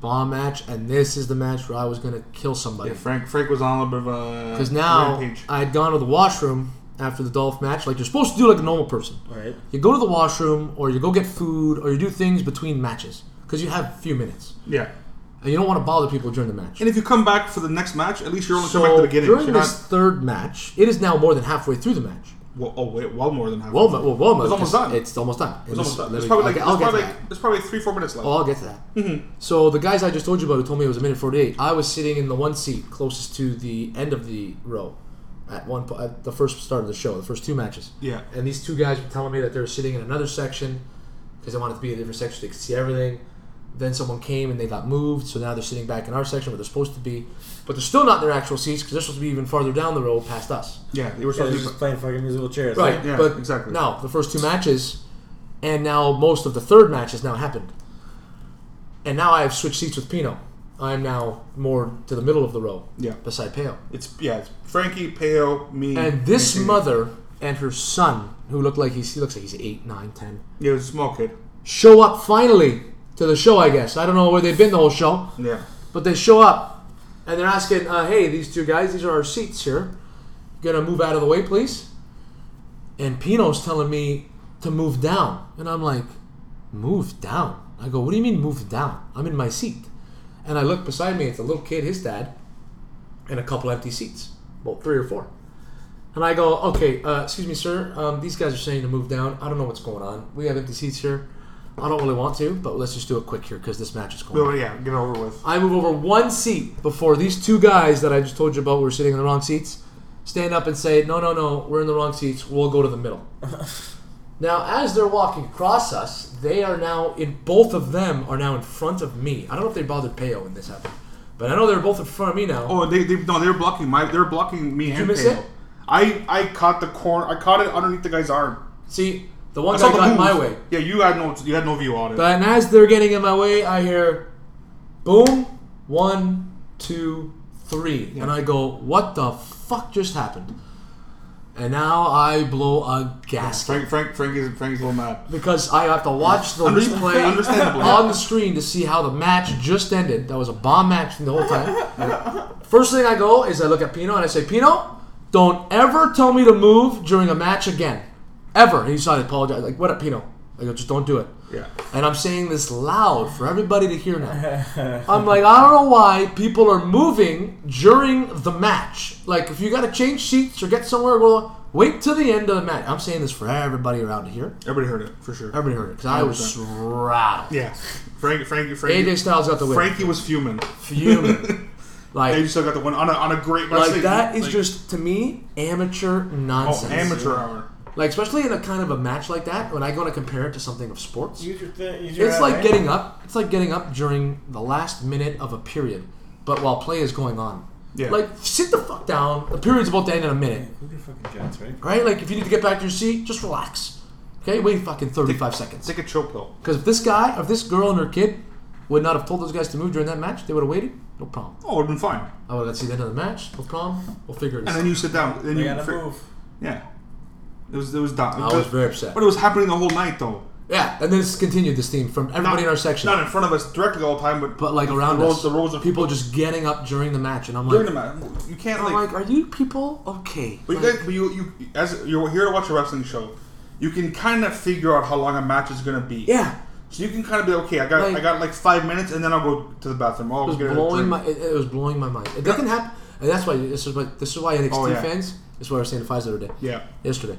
D: Bomb match, and this is the match where I was gonna kill somebody.
B: Yeah, Frank Frank was on a little bit of a
D: Because now
B: rampage.
D: I had gone to the washroom after the Dolph match, like you're supposed to do like a normal person.
E: Right.
D: You go to the washroom, or you go get food, or you do things between matches because you have a few minutes,
B: yeah.
D: and you don't want to bother people during the match.
B: And if you come back for the next match, at least you're only
D: So
B: coming back to the beginning.
D: during
B: You're
D: this
B: not,
D: third match, it is now more than halfway through the match.
B: well, oh wait, well more than half.
D: Well, well, well, well
B: It's almost done.
D: It's almost done.
B: It's almost done. There's
D: I'll
B: probably like Mm-hmm.
D: get-
B: there's
D: I'll get to
B: probably,
D: that.
B: there's probably three four minutes left.
D: Oh, I'll get to that. So the guys I just told you about who told me it was a minute 48, I was sitting in the one seat closest to the end of the row at one po- at the first start of the show, the first two matches.
B: Yeah.
D: And these two guys were telling me that they were sitting in another section because they wanted to be in a different section so they could see everything. Then someone came and they got moved, so now they're sitting back in our section where they're supposed to be, but they're still not in their actual seats because they're supposed to be even farther down the row past us.
B: yeah, they were
E: So
B: supposed
E: they're
B: to.
E: just playing fucking musical chairs.
D: Right.
B: Yeah,
D: but
B: exactly.
D: Now the first two matches, and now most of the third match has now happened, and now I have switched seats with Pino. I am now more to the middle of the row.
B: Yeah. Mm-hmm.
D: Beside Peo.
B: It's yeah, it's Frankie, Peo, me,
D: And this
B: Casey.
D: mother and her son, who look like he's he looks like he's eight, nine, ten,
B: Yeah, it was a small kid.
D: show up finally to the show. I guess I don't know where they've been the whole show,
B: Yeah,
D: but they show up and they're asking, uh, "Hey, these two guys, these are our seats here. Gonna move out of the way, please." And Pino's telling me to move down, and I'm like, "Move down." I go, "What do you mean move down? I'm in my seat." And I look beside me; it's a little kid, his dad, and a couple empty seats, about three or four. And I go, "Okay, uh, excuse me, sir. Um, these guys are saying to move down. I don't know what's going on. We have empty seats here." I don't really want to, but let's just do it quick here because this match is going. on."
B: but yeah, get it over with.
D: I move over one seat before these two guys that I just told you about were sitting in the wrong seats stand up and say, No, no, no, we're in the wrong seats. We'll go to the middle. now, as they're walking across us, they are now in both of them are now in front of me. I don't know if they bothered Peo when this happened, but I know they're both in front of me now.
B: Oh, they, they no, they were blocking my, they were blocking me and
D: miss
B: Peo.
D: it?
B: I I caught the corner, I caught it underneath the guy's arm.
D: See, the
B: I
D: one
B: saw
D: guy
B: the
D: got in
B: move.
D: my way.
B: Yeah, you had no you had no view on it.
D: But and as they're getting in my way, I hear boom, one, two, three. And I go, what the fuck just happened? And now I blow a gasket.
B: Frank Frank Frank is Frank is a little mad.
D: Because I have to watch the
B: Understand-
D: replay
B: understandably.
D: on the screen to see how the match just ended. That was a bomb match the whole time. First thing I go is I look at Pino and I say, Pino, don't ever tell me to move during a match again. Ever. And he started apologizing. Like, what up, Pino? I go, just don't do it.
B: Yeah,
D: And I'm saying this loud for everybody to hear now. I'm like, I don't know why people are moving during the match. Like, if you got to change seats or get somewhere, well, wait till the end of the match. I'm saying this for everybody around here.
B: everybody heard it for sure.
D: Everybody heard it because I was rattled.
B: yeah, Frank Frank Frank
D: AJ Styles got the win.
B: Frankie was fuming.
D: Fuming. Like
B: They still got the win on a, on a great
D: like
B: wrestling-
D: that is
B: like-
D: just to me
B: oh,
D: amateur nonsense.
B: amateur hour.
D: Like especially in a kind of a match like that, when I go to compare it to something of sports,
E: Use your thing. Use your
D: it's
E: hat,
D: like
E: eh?
D: getting up. It's like getting up during the last minute of a period, but while play is going on.
B: Yeah.
D: Like sit the fuck down. The period's about to end in a minute,
E: Move your fucking jets, right?
D: right? Like if you need to get back to your seat, just relax. Okay, wait fucking thirty-five seconds.
B: Take a chill pill.
D: Because if this guy, if this girl and her kid would not have told those guys to move during that match, they would have waited. No problem.
B: Oh, it would have been fine.
D: I would have got to see the end of the match. No problem. We'll figure it
B: And
D: out.
B: then you sit down. Then
E: They
B: you
E: gotta
B: fig-
E: move.
B: Yeah. It was it was done.
D: I was very upset.
B: But it was happening the whole night though.
D: Yeah, and then it's continued this theme from everybody in our section.
B: Not in front of us directly all the time, but
D: but like around
B: the rows,
D: us,
B: the rows of
D: people just getting up during the match, and I'm
B: during
D: like, Oh
B: the match. You can't
D: I'm
B: like,
D: like, are you people okay?
B: but you guys, but you you as you're here to watch a wrestling show, you can kind of figure out how long a match is gonna be.
D: yeah,
B: So you can kind of be like, okay. I got
D: Like-
B: I got like five minutes, and then I'll go to the bathroom. I'll
D: it was
B: get a
D: blowing
B: drink.
D: my it, it was blowing my mind. It doesn't happen, and that's why this is what this is why NXT
B: Oh, yeah.
D: fans. This is what I was saying to Fives the other day.
B: Yeah.
D: yesterday,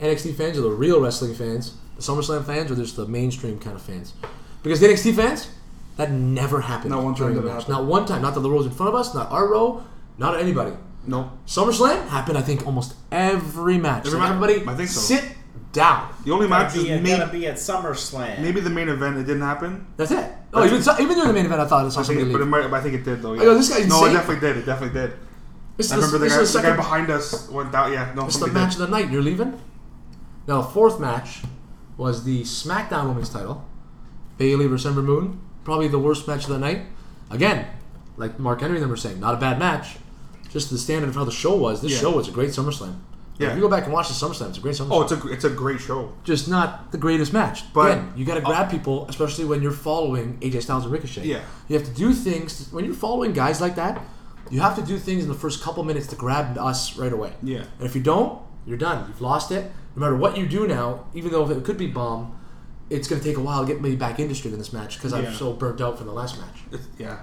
D: NXT fans are the real wrestling fans. The SummerSlam fans are just the mainstream kind of fans, because the NXT fans that never happened.
B: Not one time
D: during the
B: did it
D: match.
B: happen.
D: Not one time. Not the rows in front of us. Not our row. Not anybody.
B: no.
D: SummerSlam happened, I think, almost every match.
B: Every
D: Like,
B: match?
D: everybody,
B: I think so.
D: sit down.
B: The only match
E: Gotta
B: is
E: be, at-
B: maybe
E: gotta be at SummerSlam.
B: maybe the main event. It didn't happen.
D: That's it. Oh, even, so, even during the main event, I thought I saw
B: I think
D: somebody
B: it, but, it
D: leave.
B: might, but I think it did though. Yeah.
D: go, this guy's
B: no, it
D: insane.
B: definitely did. It definitely did.
D: This,
B: I remember the
D: this
B: guy,
D: is
B: the guy
D: second-
B: behind us went down. Yeah, no,
D: It's the
B: somebody
D: match
B: did.
D: of the night. You're leaving. Now, the fourth match was the SmackDown Women's Title, Bailey versus Ember Moon. Probably the worst match of the night. Again, like Mark Henry and them were saying, not a bad match. Just the standard of how the show was. This
B: Yeah.
D: show was a great SummerSlam. Like,
B: Yeah.
D: If you go back and watch the SummerSlam, it's a great SummerSlam.
B: Oh, it's a it's a great show.
D: just not the greatest match.
B: But-
D: But Again, you got to grab people, especially when you're following AJ Styles and Ricochet.
B: Yeah.
D: you have to do things when you're following guys like that. You have to do things in the first couple minutes to grab us right away.
B: Yeah.
D: and if you don't, you're done. You've lost it. No matter what you do now, even though it could be bomb, it's going to take a while to get me back interested in this match because
B: Yeah.
D: I'm so burnt out from the last match.
B: It's, yeah,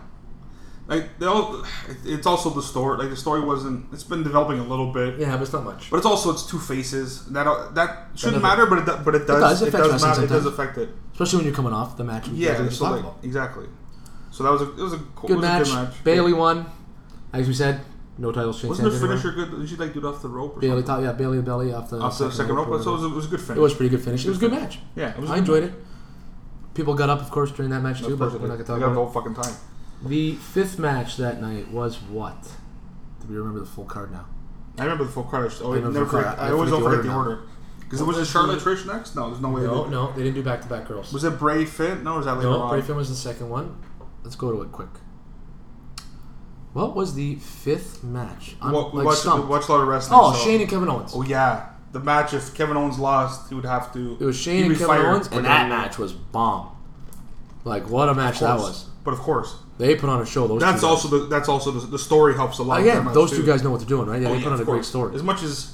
B: like they all. It's also the story. Like the story wasn't. It's been developing a little bit,
D: Yeah, but it's not much.
B: but it's also it's two faces. That that shouldn't
D: doesn't-
B: matter, but it do- but it does.
D: does
B: It
D: affect
B: does,
D: wrestling
B: matter. It does
D: sometimes.
B: affect it.
D: Especially when you're coming off the match. we
B: Yeah,
D: just
B: so
D: talked
B: like,
D: about.
B: exactly. So that was a it was a co-
D: good
B: was
D: match.
B: A good match.
D: Bailey won, as we said. No title change.
B: Wasn't the finisher good? Did she like do it off the rope or
D: Bailey,
B: something?
D: top, yeah, Bailey belly off the
B: Off the second rope.
D: or
B: So it was, a- it was a good finish.
D: It was a pretty good finish. It was a good match.
B: Yeah, it was.
D: I enjoyed it. People got up, of course, during that match too, but we're not gonna talk
B: got the
D: about
B: whole fucking time.
D: it. The fifth match that night was what? Do we remember the full card now?
B: I remember the full card. I, always
D: remember
B: never
D: the full
B: forget,
D: card.
B: I
D: I
B: always don't
D: forget
B: forget
D: the
B: the
D: order
B: order. Because it was a Charlotte Trish next. No, there's no way.
D: No,
B: they-
D: no, they didn't do back to back girls.
B: Was it Bray Fit? No, or was that later
D: No,
B: on?
D: Bray Finn was the second one. Let's go to it quick. What was the fifth match? I'm
B: What, we
D: like
B: watched, we
D: stumped.
B: watched a lot of wrestling.
D: oh,
B: so-
D: Shane and Kevin Owens.
B: Oh yeah, the match. If Kevin Owens lost, he would have to.
D: It was
B: he'd
D: Shane and
B: be
D: Kevin
B: fired,
D: Owens,
B: but
D: and
B: then-
D: that match was bomb. Like what a match that
B: of course.
D: was.
B: But of course,
D: They put on a show. Those
B: that's
D: two guys.
B: also the that's also the, the story helps a lot. with that
D: again.
B: match,
D: Oh, Those
B: too.
D: two guys know what they're doing, right? Yeah,
B: Oh,
D: they
B: yeah,
D: put on
B: of
D: a great
B: course.
D: story.
B: As much as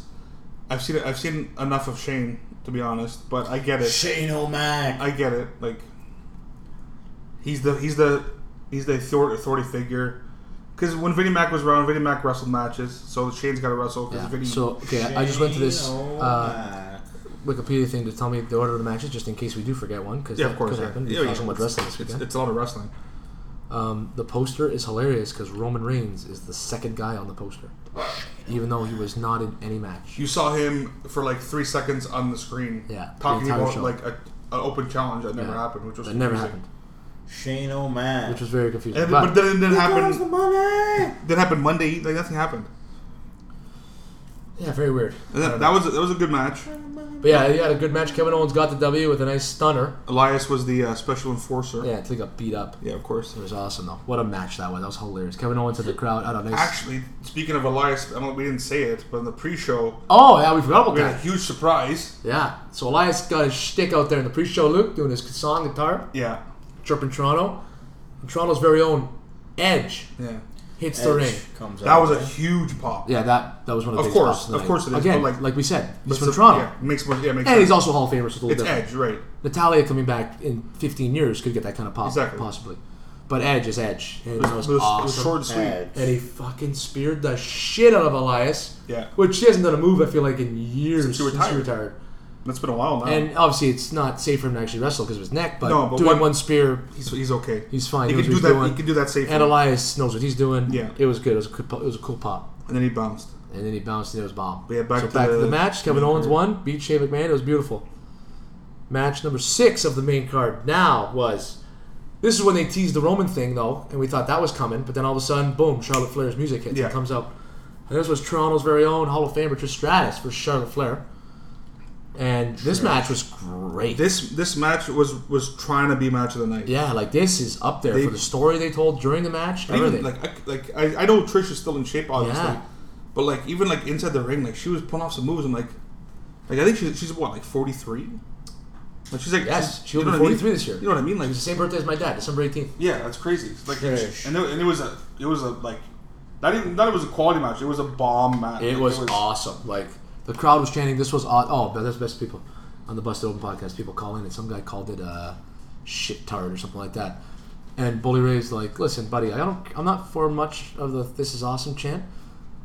B: I've seen it, I've seen enough of Shane to be honest. But I get it.
E: Shane O'Mac.
B: I get it. Like he's the he's the he's the authority, authority figure. Because when Vinnie Mac was around, Vinnie Mac wrestled matches, so Shane's got to wrestle. Because
D: Yeah.
B: Vinnie,
D: So okay, I I just went to this
E: Shane
D: uh,
E: O'Mac.
D: Wikipedia thing to tell me the order of the matches, just in case we do forget one, because
B: yeah,
D: that
B: of course,
D: could
B: yeah.
D: happen.
B: Yeah,
D: We're
B: yeah,
D: talking about
B: it's-
D: wrestling this
B: It's,
D: weekend.
B: it's a lot of wrestling.
D: Um, the poster is hilarious because Roman Reigns is the second guy on the poster, even though he was not in any match.
B: You saw him for like three seconds on the screen,
D: Yeah, the
B: talking
D: entire
B: about
D: show.
B: like a, an open challenge that never
D: Yeah.
B: happened, which was
D: That never
B: confusing.
D: happened,
E: Shane O'Mac.
D: which was very confusing.
B: And,
D: but
B: but then it didn't
E: Where's the
B: happen.
E: money?
B: Didn't happen Monday. Like nothing happened.
D: yeah, very weird.
B: And that, that was that was a good match.
D: But yeah, he had a good match. Kevin Owens got the W with a nice stunner.
B: Elias was the uh, special enforcer.
D: Yeah, until he got beat up.
B: Yeah, of course.
D: It was awesome though. What a match that was. That was hilarious. Kevin Owens in the crowd. I don't know.
B: Actually, speaking of Elias, I don't, we didn't say it, but in the pre-show,
D: Oh yeah, we forgot about
B: we had a
D: that.
B: huge surprise.
D: Yeah. So Elias got his shtick out there in the pre-show. Luke doing his song guitar.
B: Yeah,
D: chirping Toronto. And Toronto's very own Edge
B: yeah.
D: hits the ring.
E: comes
B: That was a huge pop.
D: Yeah, that that was one of the
B: Of
D: biggest
B: course,
D: pops the
B: of
D: night.
B: course it is,
D: Again,
B: but
D: like
B: like-
D: like we said, he's
B: But
D: from
B: so-
D: Toronto,
B: Yeah, makes more. Yeah, makes
D: and he's
B: sense.
D: also Hall of Famer, so it's a little
B: it's
D: different.
B: Edge, right?
D: Natalia coming back in 15 years could get that kind of pop,
B: Exactly.
D: possibly. But Edge is Edge, and
B: It
D: that
B: was,
D: was
B: it was
D: awesome.
B: short and sweet.
D: and he fucking speared the shit out of Elias.
B: Yeah.
D: Which he hasn't done a move, I feel like, in years
B: Since he
D: since he
B: retired.
D: retired.
B: That's been a while now.
D: And obviously, it's not safe for him to actually wrestle because of his neck. But,
B: Um, No, but
D: doing
B: what-
D: one spear,
B: he's, he's okay.
D: he's fine.
B: He
D: knows
B: can do
D: what he's
B: that.
D: doing.
B: He can do that safely.
D: And Elias knows what he's doing.
B: Yeah.
D: it was good. It was a good. po- It was a cool pop.
B: and then he bounced.
D: And then he bounced and it was bomb.
B: But yeah, back
D: so
B: to
D: back to
B: the
D: the match. Kevin
B: main
D: Owens
B: card.
D: won, beat Shane McMahon. It was beautiful. Match number six of the main card now was. This is when they teased the Roman thing though, and we thought that was coming. But then all of a sudden, boom! Charlotte Flair's music hits.
B: Yeah.
D: It comes out. And this was Toronto's very own Hall of Famer Trish Stratus versus Charlotte Flair. And this match was great.
B: This this match was was trying to be match of the night.
D: yeah, like this is up there
B: They-
D: for the story they told during the match.
B: And
D: Everything.
B: even like I, like I, I know Trish is still in shape obviously,
D: Yeah.
B: but like even like inside the ring, like she was pulling off some moves. I'm like, like I think she, she's what like 43. Like she's like
D: Yes,
B: she's-
D: she'll
B: you
D: be
B: know what I mean?
D: 43 this year.
B: You know what I mean? Like
D: it was the same birthday as my dad, December 18th.
B: yeah, that's crazy. It's Like
C: Trish.
B: and, there, and it was a it was a like not even not it was a quality match. It was a bomb match.
D: It
B: Like,
D: was awesome. Like the crowd was chanting, "This was aw- oh, that's best people." On the Busted Open podcast, people call in, and some guy called it a shit tart or something like that. And Bully Ray's like, "Listen, buddy, I don't, I'm not for much of the this is awesome chant,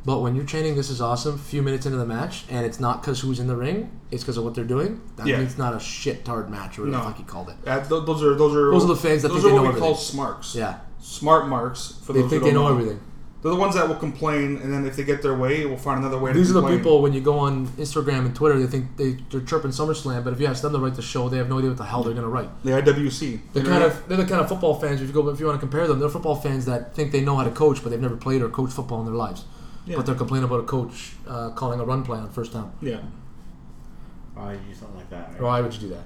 D: but when you're chanting this is awesome, few minutes into the match, and it's not because who's in the ring, it's because of what they're doing. That
B: Yeah.
D: means it's not a shit tart match or whatever
B: No.
D: the fuck he called it.
B: Yeah, th- those are those are
D: Those are the fans that
B: those
D: think
B: are
D: they
B: what
D: know
B: we call
D: everything.
B: smarks.
D: Yeah,
B: smart marks for
D: they
B: those
D: think
B: who
D: they
B: don't
D: know everything."
B: They're the ones that will complain, and then if they get their way, will find another way.
D: These
B: to
D: are the
B: complain.
D: people when you go on Instagram and Twitter, they think they, they're chirping SummerSlam, but if you ask them to write the show, they have no idea what the hell they're going to write.
B: The IWC.
D: They're kind of they're the kind of football fans. If you go, if you want to compare them, they're football fans that think they know how to coach, but they've never played or coached football in their lives. But they're complaining about a coach uh, calling a run play on first down.
B: yeah.
C: I do something like that. Right?
D: Why would you do that?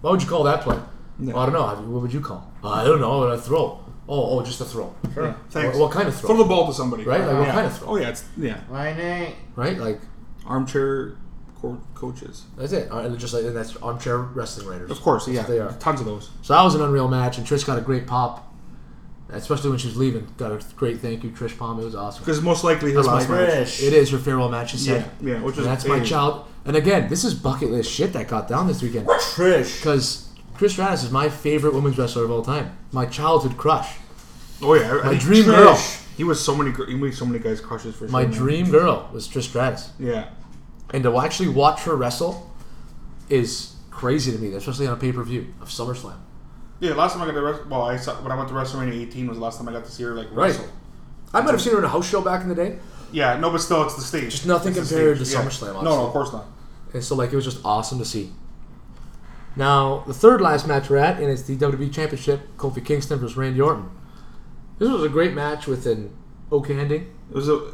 D: Why would you call that play?
B: No.
D: I don't know. Have you- What would you call? I don't know. A throw. Oh, oh, just a throw.
B: Sure. Thanks.
D: What, what kind of
B: Throw
D: throw?
B: the ball to somebody.
D: Right? Like what
B: yeah.
D: kind of throw?
B: Oh yeah, it's yeah.
C: Lightning.
D: Right? Like
B: Armchair co- coaches.
D: that's it. All right, just like and that's armchair wrestling writers.
B: Of course, yeah.
D: That's what they are.
B: Tons of those.
D: So that was an unreal match, and Trish got a great pop, especially when she was leaving. Got a great thank you, Trish Palm. It was awesome.
B: Because most likely her
D: That's
B: last
D: my
B: match.
D: It is her farewell match. She
B: Yeah,
D: said,
B: yeah. Which is
D: And that's my
B: hey,
D: child. And again, this is bucket list shit that got down this weekend
C: Trish.
D: because Chris Stratus is my favorite women's wrestler of all time. My childhood crush,
B: Oh yeah, I-
D: my
B: I-
D: dream
B: Trish.
D: girl,
B: He was so many. gr- He made so many guys crushes for sure.
D: my
B: man.
D: dream girl was Trish Stratus,
B: Yeah.
D: and to actually watch her wrestle is crazy to me, especially on a pay per view of SummerSlam.
B: Yeah. Last time I got to wrestle, well, I saw, when I went to WrestleMania 18 was the last time I got to see her like
D: Right.
B: wrestle.
D: I might have seen her in a house show back in the day,
B: Yeah. No, but still, it's the stage.
D: Just nothing
B: It's the
D: compared
B: stage,
D: to SummerSlam,
B: No, no,
D: obviously.
B: of course not.
D: and so like it was just awesome to see. Now the third last match we're at, and it's the WWE Championship: Kofi Kingston versus Randy Orton. This was a great match with an okay ending.
B: It was a.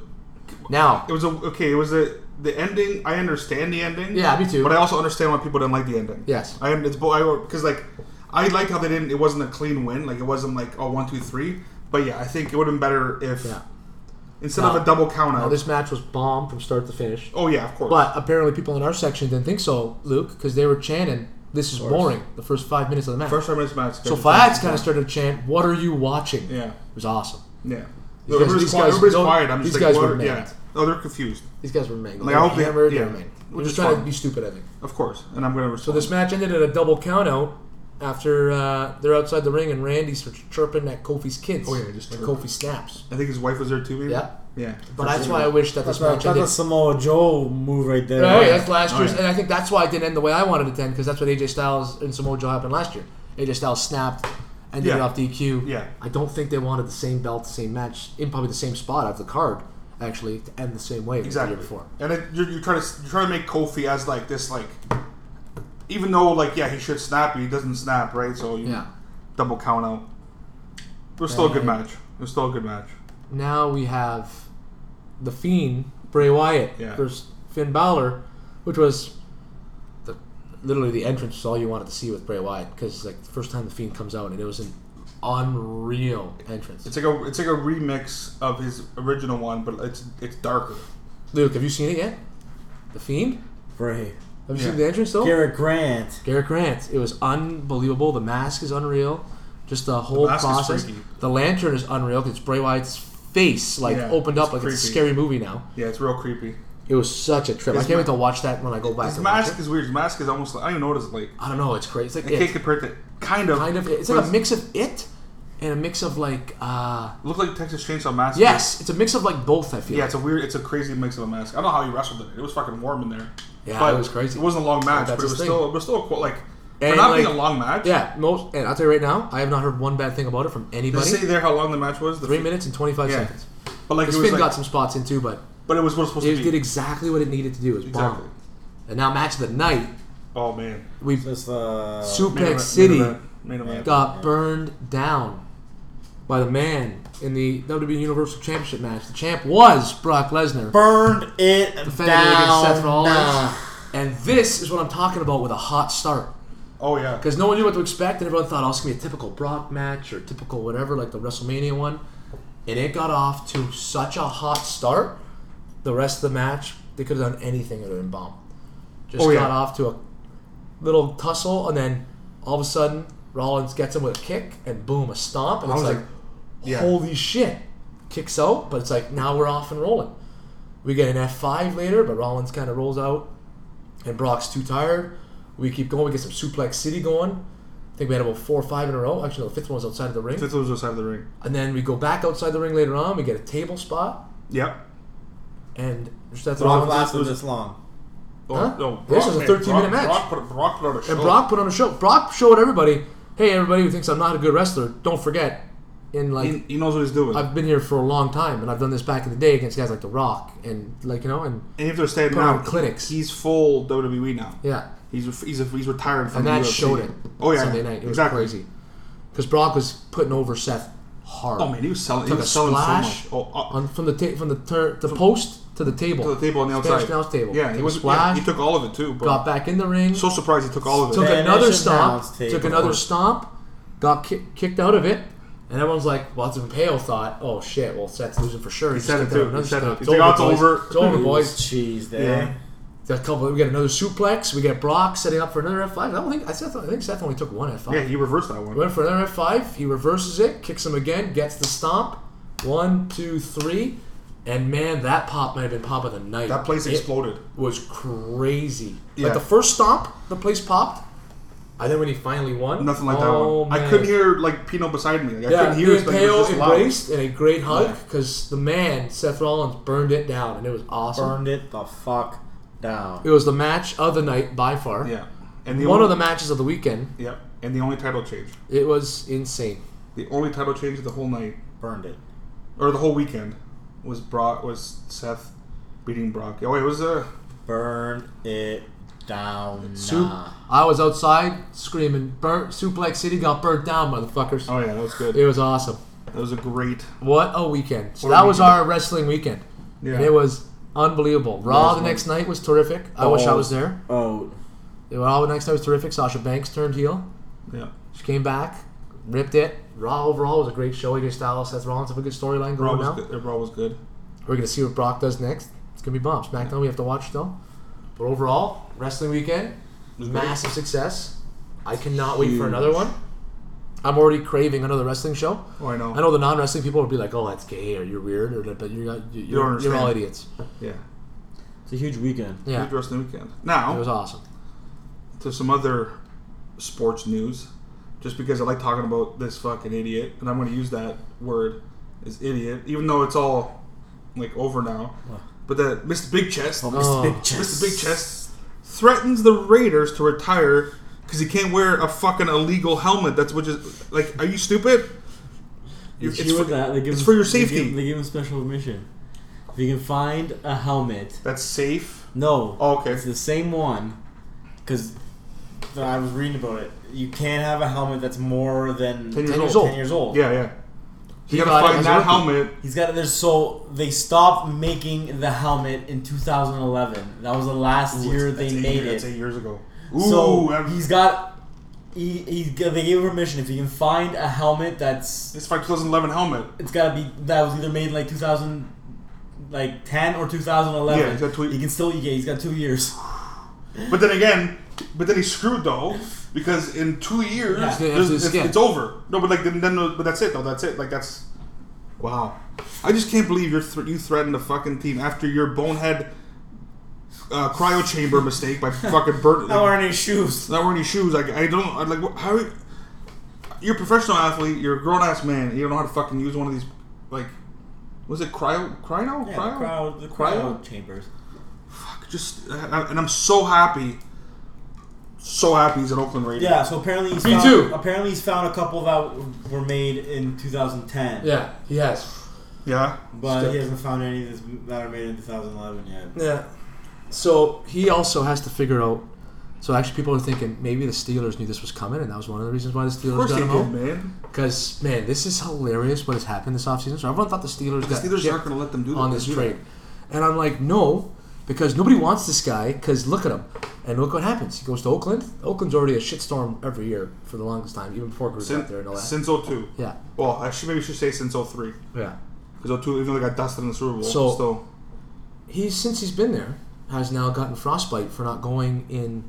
D: Now
B: It was a okay. It was a the ending. I understand the ending.
D: Yeah, me too.
B: But I also understand why people didn't like the ending.
D: Yes.
B: I am. It's because like I like how they didn't. It wasn't a clean win. Like it wasn't like oh one two three. But yeah, I think it would have been better if
D: Yeah.
B: instead
D: No.
B: of a double count
D: Now
B: out.
D: this match was bomb from start to finish,
B: oh yeah, of course.
D: but apparently people in our section didn't think so, Luke, because they were chanting, "This is boring." The first five minutes of the match.
B: first time this match.
D: so Fiats kind of started to chant, "What are you watching?"
B: Yeah.
D: it was awesome.
B: Yeah.
D: These guys-
B: everybody's
D: these
B: quiet.
D: guys
B: everybody's
D: don't-
B: quiet. I'm just
D: these
B: like,
D: guys
B: what-
D: were mad.
B: yeah. Oh, they're confused.
D: These guys were mangled.
B: Like,
D: they
B: I
D: were
B: hope they-
D: hammered.
B: yeah.
D: they were mangled.
B: Which
D: They're
B: is
D: just trying to
B: fine.
D: be stupid, I think.
B: Of course. And I'm gonna.
D: So this match ended at a double countout. After uh, they're outside the ring and Randy's chirping at Kofi's kids.
B: Oh, yeah, just
D: and
B: chirping.
D: Kofi snaps.
B: I think his wife was there too. Maybe.
D: Yeah.
B: Yeah.
D: But that's why I wish that
C: That's,
D: this
C: a-
D: match
C: that's
D: ended.
C: a Samoa Joe move right there.
D: Right, that's last
B: Oh,
D: year's,
B: yeah.
D: and I think that's why it didn't end the way I wanted it to end because that's what AJ Styles and Samoa Joe happened last year. AJ Styles snapped and did it
B: Yeah.
D: off DQ.
B: Yeah.
D: I don't think they wanted the same belt, the same match, in probably the same spot out of the card, actually, to end the same way
B: exactly
D: as the year before.
B: And it, you're, you're trying to you're trying to make Kofi as like this like, even though like yeah he should snap, he doesn't snap right. So you
D: Yeah.
B: double count out. It was still a good
D: Right.
B: match. It was still a good match.
D: Now we have The Fiend, Bray Wyatt
B: Yeah.
D: versus Finn Balor, which was the literally the entrance was all you wanted to see with Bray Wyatt because like the first time The Fiend comes out and it was an unreal entrance.
B: It's like a it's like a remix of his original one, but it's it's darker.
D: Luke, have you seen it yet? The Fiend?
C: Bray.
D: Have you
B: Yeah.
D: seen the entrance though?
C: Garrett Grant.
D: Garrett Grant. It was unbelievable. The mask is unreal. Just the whole
B: mask is
D: process.
B: freaky.
D: The lantern is unreal. 'cause It's Bray Wyatt's face like
B: Yeah,
D: opened up
B: it's
D: like it's a
B: creepy.
D: scary movie now.
B: Yeah, it's real creepy.
D: It was such a trip. I
B: His
D: can't wait
B: ma-
D: to watch that when I go back.
B: His
D: and watch
B: mask
D: it.
B: is weird. His mask is almost like, I don't even know what it's like.
D: I don't know. It's crazy. It's like
B: I can't
D: it,
B: compare it to kind of
D: kind of. It's
B: but
D: like a mix of it and a mix of like uh,
B: Looked like Texas Chainsaw Massacre.
D: yes, it's a mix of like both. I feel.
B: Yeah, it's a weird, it's a crazy mix of a mask. I don't know how he wrestled it. It was fucking warm in there.
D: Yeah, it was crazy.
B: It wasn't a long match,
D: That's
B: but it
D: his
B: was
D: thing.
B: still, it was still a, qu- like for
D: And,
B: not
D: like-
B: being a long match.
D: yeah. Most, and I'll tell you right now, I have not heard one bad thing about it from
B: Did it
D: anybody.
B: say there how long the match was? The
D: Three minutes and twenty five
B: Yeah.
D: seconds.
B: But like
D: The
B: it was
D: spin
B: like,
D: got some spots in too, but
B: but it was what it was supposed
D: it
B: to be.
D: did exactly what it needed to do. It was bomb.
B: Exactly.
D: And now match of the night,
B: Oh man,
D: we
C: That's the
B: Main
D: Suplex
B: event,
D: City
B: Main event, main event.
D: got burned down by the man in the WWE Universal Championship match. The champ was Brock Lesnar.
C: burned it
D: defended
C: down.
D: against Seth Rollins.
C: Nah.
D: And this is what I'm talking about with a hot start.
B: Oh yeah.
D: Because no one knew what to expect, and everyone thought, oh, it's going to be a typical Brock match or typical whatever, like the WrestleMania one. And it got off to such a hot start. The rest of the match, they could have done anything, it would have been bomb. Just
B: Oh,
D: got
B: yeah.
D: off to a little tussle, and then all of a sudden, Rollins gets him with a kick, and boom, a stomp. And
B: I
D: it's
B: was
D: like,
B: like, yeah.
D: holy shit. Kicks out, but it's like, now we're off and rolling. We get an F5 later, but Rollins kind of rolls out, and Brock's too tired. We keep going. We get some Suplex City going. I think we had about four or five in a row. Actually, no, the fifth one was outside of the ring.
B: Fifth was outside of the ring.
D: And then we go back outside the ring later on. We get a table spot,
B: Yep.
D: and that's
C: Brock
D: all.
C: lasted this long.
B: Oh,
D: Huh?
B: no,
D: This
B: Brock-
D: was a
B: man,
D: 13 minute
B: Brock-
D: match.
B: Brock put, Brock put on a show.
D: And Brock put on a show. Brock showed everybody, hey, everybody who thinks I'm not a good wrestler, don't forget. In like
B: he, he knows what he's doing.
D: I've been here for a long time, and I've done this back in the day against guys like The Rock, and like you know, and
B: and if they're staying
D: put on
B: now,
D: clinics.
B: he's full WWE now.
D: yeah.
B: He's ref- he's a, he's retired from
D: and
B: the
D: that
B: UFC.
D: showed it.
B: Oh yeah,
D: Sunday night it was
B: exactly.
D: crazy because Brock was putting over Seth hard.
B: Oh man, he was selling.
D: Took
B: he was
D: a
B: selling
D: splash
B: so much. Oh, up
D: on from the ta- from the ter- the post to the table
B: to the table on the
D: Spanish
B: outside.
D: announce table.
B: Yeah,
D: Took
B: he
D: a
B: was.
D: splash.
B: Yeah, he took all of it too. Bro.
D: got back in the ring.
B: so surprised he took all of it.
D: took
C: Spanish
D: another
C: announce
D: stomp.
C: table.
D: Took another stomp. Got ki- kicked out of it. And everyone's like, well, and Pale thought, oh shit, well, Seth's losing for sure. He,
B: said it
D: kicked
B: too.
D: out
B: He
D: another
B: said it.
D: stomp.
B: He's like, "Oh, it's over."
D: It's over, boys.
C: Cheese there.
B: yeah.
D: A couple. We get another suplex. We get Brock setting up for another F5. I don't think I, Seth, I think Seth only took one F5.
B: Yeah, he reversed that one.
D: Went for another F5. He reverses it, kicks him again, gets the stomp. One, two, three. And man, that pop might have been pop of the night.
B: That place
D: It
B: exploded.
D: was crazy.
B: Yeah.
D: Like the first stomp, the place popped. And then when he finally won,
B: Nothing like
D: oh,
B: that one. I
D: man.
B: couldn't hear like Pino beside me. Like, I
D: Yeah,
B: couldn't hear
D: he
B: his
D: and Pale
B: was just loud.
D: embraced in a great hug because the man Seth Rollins burned it down, and it was awesome.
C: Burned it the fuck down.
D: It was the match of the night by far.
B: Yeah, and the
D: One
B: only,
D: of the matches of the weekend.
B: Yep, and the only title change.
D: It was insane.
B: The only title change of the whole night
C: Burned it.
B: or the whole weekend was Brock was Seth beating Brock. Oh, it was a.
C: Burned it down.
D: Soup.
C: Nah.
D: I was outside screaming, "Burnt Suplex City got burnt down, motherfuckers!"
B: Oh yeah, that was good.
D: It was awesome.
B: That was a great.
D: What a weekend! So
B: What a
D: that was
B: weekend.
D: our wrestling weekend,
B: Yeah.
D: and it was unbelievable. Raw the next night was terrific. I wish I
C: Balls.
D: was there.
C: Oh,
D: Raw the next night was terrific. Sasha Banks turned heel.
B: Yeah.
D: She came back, ripped it. Raw overall was a great show. AJ Styles, Seth Rollins have a good storyline
B: Raw
D: going
B: was
D: now.
B: good. Raw was good.
D: We're gonna see what Brock does next. It's gonna be bomb. SmackDown we have to watch though. But overall, wrestling weekend, massive success. I cannot wait for another one. I'm already craving another wrestling show.
B: Oh, I know.
D: I know the non-wrestling people would be like, "Oh, that's gay," or "You're weird," or "But you're not, you're, you're,
B: understand.
D: all idiots."
B: Yeah.
C: it's a huge weekend.
D: Yeah,
B: Huge
D: it
B: wrestling weekend. Now
D: was awesome.
B: to some other sports news, just because I like talking about this fucking idiot, and I'm going to use that word is idiot, even though it's all like over now. But that Mr. Big Chest,
D: Oh.
C: Big chest.
B: Mr. Big Chest, threatens the Raiders to retire because he can't wear a fucking illegal helmet. That's which is like, are you stupid? You-
E: It's,
B: it's for-
E: for, that. They give
B: it's
E: him-
B: for your
E: they give-
B: safety.
E: They give him special permission. If you can find a helmet,
B: That's safe.
E: no,
B: Oh, okay.
E: it's the same one.
C: Because I was reading about it. You can't have a helmet that's more than
B: 10 years
D: 10 years
B: old.
D: old.
C: 10 years old.
B: Yeah, yeah.
D: He
B: You gotta
D: got it
B: find
D: as a
B: that
D: rookie.
B: helmet.
C: He's got there's so they stopped making the helmet in 2011. That was the last year they
B: That's eight
C: made
B: years- that's
C: it.
B: eight years ago.
C: so
B: Ooh, I'm-
C: he's got he, he's g- they gave him permission if he can find a helmet that's
B: it's my 2011 helmet.
C: it's got to be that was either made in like 2000 like 10 or 2011.
B: Yeah, he's got two-
C: he can still yeah, he's got 2 years.
B: But then again, but then he's screwed though because in two years
C: Yeah.
D: Yeah,
B: there's-
D: it's-
B: it's,
D: yeah.
B: it's over. No, but like then, then but that's it though. That's it. Like that's wow. I just can't believe you're thr you threatened a fucking team after your bonehead uh, cryo chamber mistake by fucking burning.
C: Not wearing any shoes.
B: not wearing any shoes. Like I don't. I like what, how. you're a professional athlete. You're a grown ass man. You don't know how to fucking use one of these. Like, was it cryo? Cryo?
C: Yeah,
B: cryo?
C: the crowd, the crowd chambers.
B: Just uh, and I'm so happy. So happy he's at Oakland Radio.
C: Yeah, so apparently he's
D: Me
C: found,
D: too.
C: Apparently he's found a couple that were made in 2010.
D: Yeah, he has.
B: Yeah.
C: But he hasn't found any that's, that are made in 2011 yet.
D: Yeah. So he also has to figure out. So actually, people are thinking maybe the Steelers knew this was coming, and that was one of the reasons why the
B: Of
D: Steelers
B: course
D: got
B: they
D: him
B: did,
D: out.
B: man.
D: Because man, this is hilarious what has happened this offseason. So everyone thought the Steelers
B: The
D: got
B: Steelers
D: dipped
B: aren't going to let them do that.
D: on this
B: They do
D: trade, and I'm like, no, because nobody wants this guy. Because look at him, and look what happens. He goes to Oakland. Oakland's already a shitstorm every year for the longest time, even before Gruden
B: that.
D: got there and all that.
B: Since, since 02.
D: yeah,
B: Well, I should maybe should say since 03.
D: yeah.
B: Because 02, even though they got dusted in the Super Bowl,
D: So-
B: still.
D: He's since he's been there has now gotten frostbite for not going in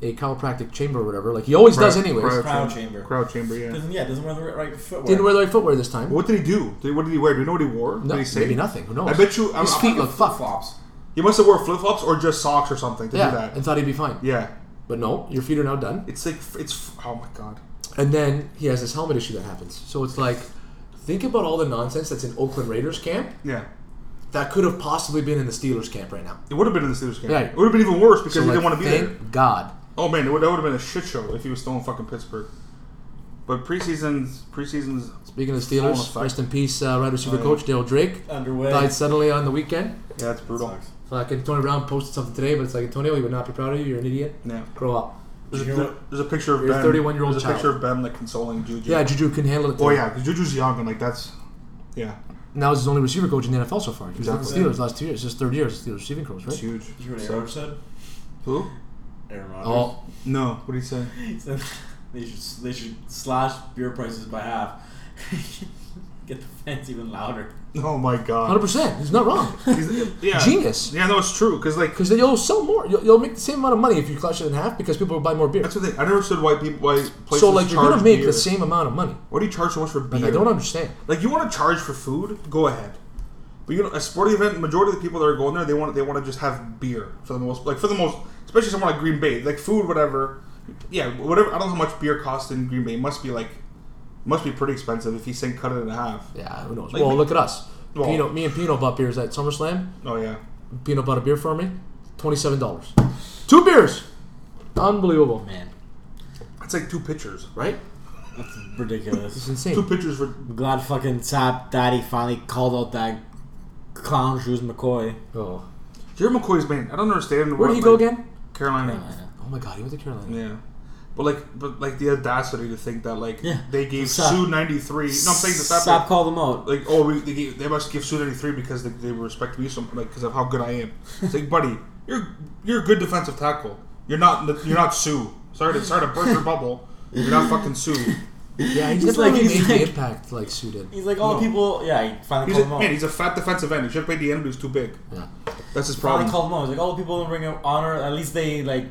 D: a chiropractic chamber or whatever. Like he always does,
B: Cryo-
D: anyways.
B: cryo
C: Crowd
B: chamber.
C: chamber.
B: Crowd chamber, yeah.
C: Doesn't, yeah, doesn't wear the right footwear.
D: Didn't wear the right footwear this time.
B: What did he do? Did- What did he wear? Do you know what he wore?
D: No,
B: did he say?
D: maybe nothing. Who knows?
B: I bet you- I'm-
D: his
B: I'm
D: feet
B: like
D: look fucked.
C: flops.
B: He must have wore flip flops or just socks or something to
D: Yeah,
B: do that.
D: and thought he'd be fine.
B: yeah,
D: But no, your feet are now done.
B: it's like it's. Oh my god.
D: And then he has this helmet issue that happens. So it's like, think about all the nonsense that's in Oakland Raiders camp
B: Yeah,
D: that could have possibly been in the Steelers camp right now.
B: it would have been in the Steelers game.
D: Yeah.
B: It would have been even worse because
D: So
B: he
D: like,
B: didn't want to be
D: thank
B: there.
D: God.
B: Oh man, it would, that would have been a shit show if he was still in fucking Pittsburgh. But preseason's preseason's
D: Speaking of the
B: Fallen
D: Steelers,
B: effect.
D: rest in peace, uh, Ryder Super
C: yeah.
D: Coach Dale Drake
C: Underway.
D: died suddenly on the weekend.
B: yeah, it's brutal.
C: Sucks.
D: Fucking Tony Brown posted something today, but it's like Antonio, you would not be proud of you. You're an idiot.
B: Yeah.
D: Grow up.
B: There's,
C: You
B: a,
C: know what?
B: there's a picture of
D: You're a
B: Ben.
D: 31-year-old
B: There's a
D: child.
B: picture of Ben like consoling Juju.
D: Yeah, Juju couldn't handle it.
B: Oh
D: today.
B: yeah, because Juju's young and like that's. Yeah,
D: And that was his only receiver coach in the NFL so far. He was with the
B: Exactly.
D: Steelers last two years. His third year as a Steelers receiving coach,
B: it's
D: right?
B: huge.
C: You hear what Aaron
B: Sucks.
C: said?
B: Who?
C: Aaron Rodgers.
D: Oh,
B: No. What do you say?
C: He said they should they should slash beer prices by half. Get the fans even louder.
B: Oh my god.
D: 100%. He's not wrong.
B: He's- yeah.
D: Genius.
B: Yeah, no, it's true. Because like
D: Because then you'll sell more. You'll, you'll make the same amount of money if you slash it in half because people will buy more beer.
B: That's the thing. I never understood why people why places
D: So, like, you're going
B: charge
D: to make
B: beer.
D: the same amount of money.
B: Why do you charge so much for beer?
D: Like, I don't understand.
B: Like you want to charge for food? Go ahead. But you know, a sporting event, majority of the people that are going there, they want they want to just have beer for the most, like for the most, especially someone like Green Bay, like food, whatever. Yeah, whatever. I don't know how much beer costs in Green Bay. It must be like, must be pretty expensive if he's saying cut it in half.
D: Yeah, who knows?
B: Like,
D: well,
B: we-
D: look at us.
B: Well-
D: Pino, me and Pino bought beers at SummerSlam.
B: Oh yeah,
D: Pino bought a beer for me. $27. Two beers! Unbelievable.
C: Man,
B: it's like two pitchers.
D: Right?
C: that's ridiculous.
D: It's insane.
B: Two pitchers for
C: I'm glad fucking Sap Daddy finally called out that clown Drews McCoy.
D: oh.
B: Jerry McCoy's man. I don't understand.
D: Where
B: what,
D: did he go
B: like,
D: again?
B: Carolina.
D: Oh my god, he went to Carolina.
B: Yeah. But like, but like the audacity to think that like
C: Yeah.
B: they gave
C: Sap.
B: Sue ninety three. No, I'm saying the Sap.
C: Sap called him out.
B: like oh we, they, gave, they must give Sue ninety three because they, they respect me so like because of how good I am. It's like buddy, you're you're a good defensive tackle. You're not you're not Sue. Sorry to sorry to burst your bubble. You're not fucking Sue.
D: Yeah, he's,
C: He's
D: never
C: like-
D: really
C: he's
D: made the
C: like-
D: impact like Sue did.
C: He's like all the people. Yeah, he finally
B: He's a,
C: called him out.
B: man, he's a fat defensive end. He should play the end, but he's too big.
D: Yeah.
B: That's his
C: Probably
B: problem.
C: called him out. He's like, all the people don't bring him honor. At least they like,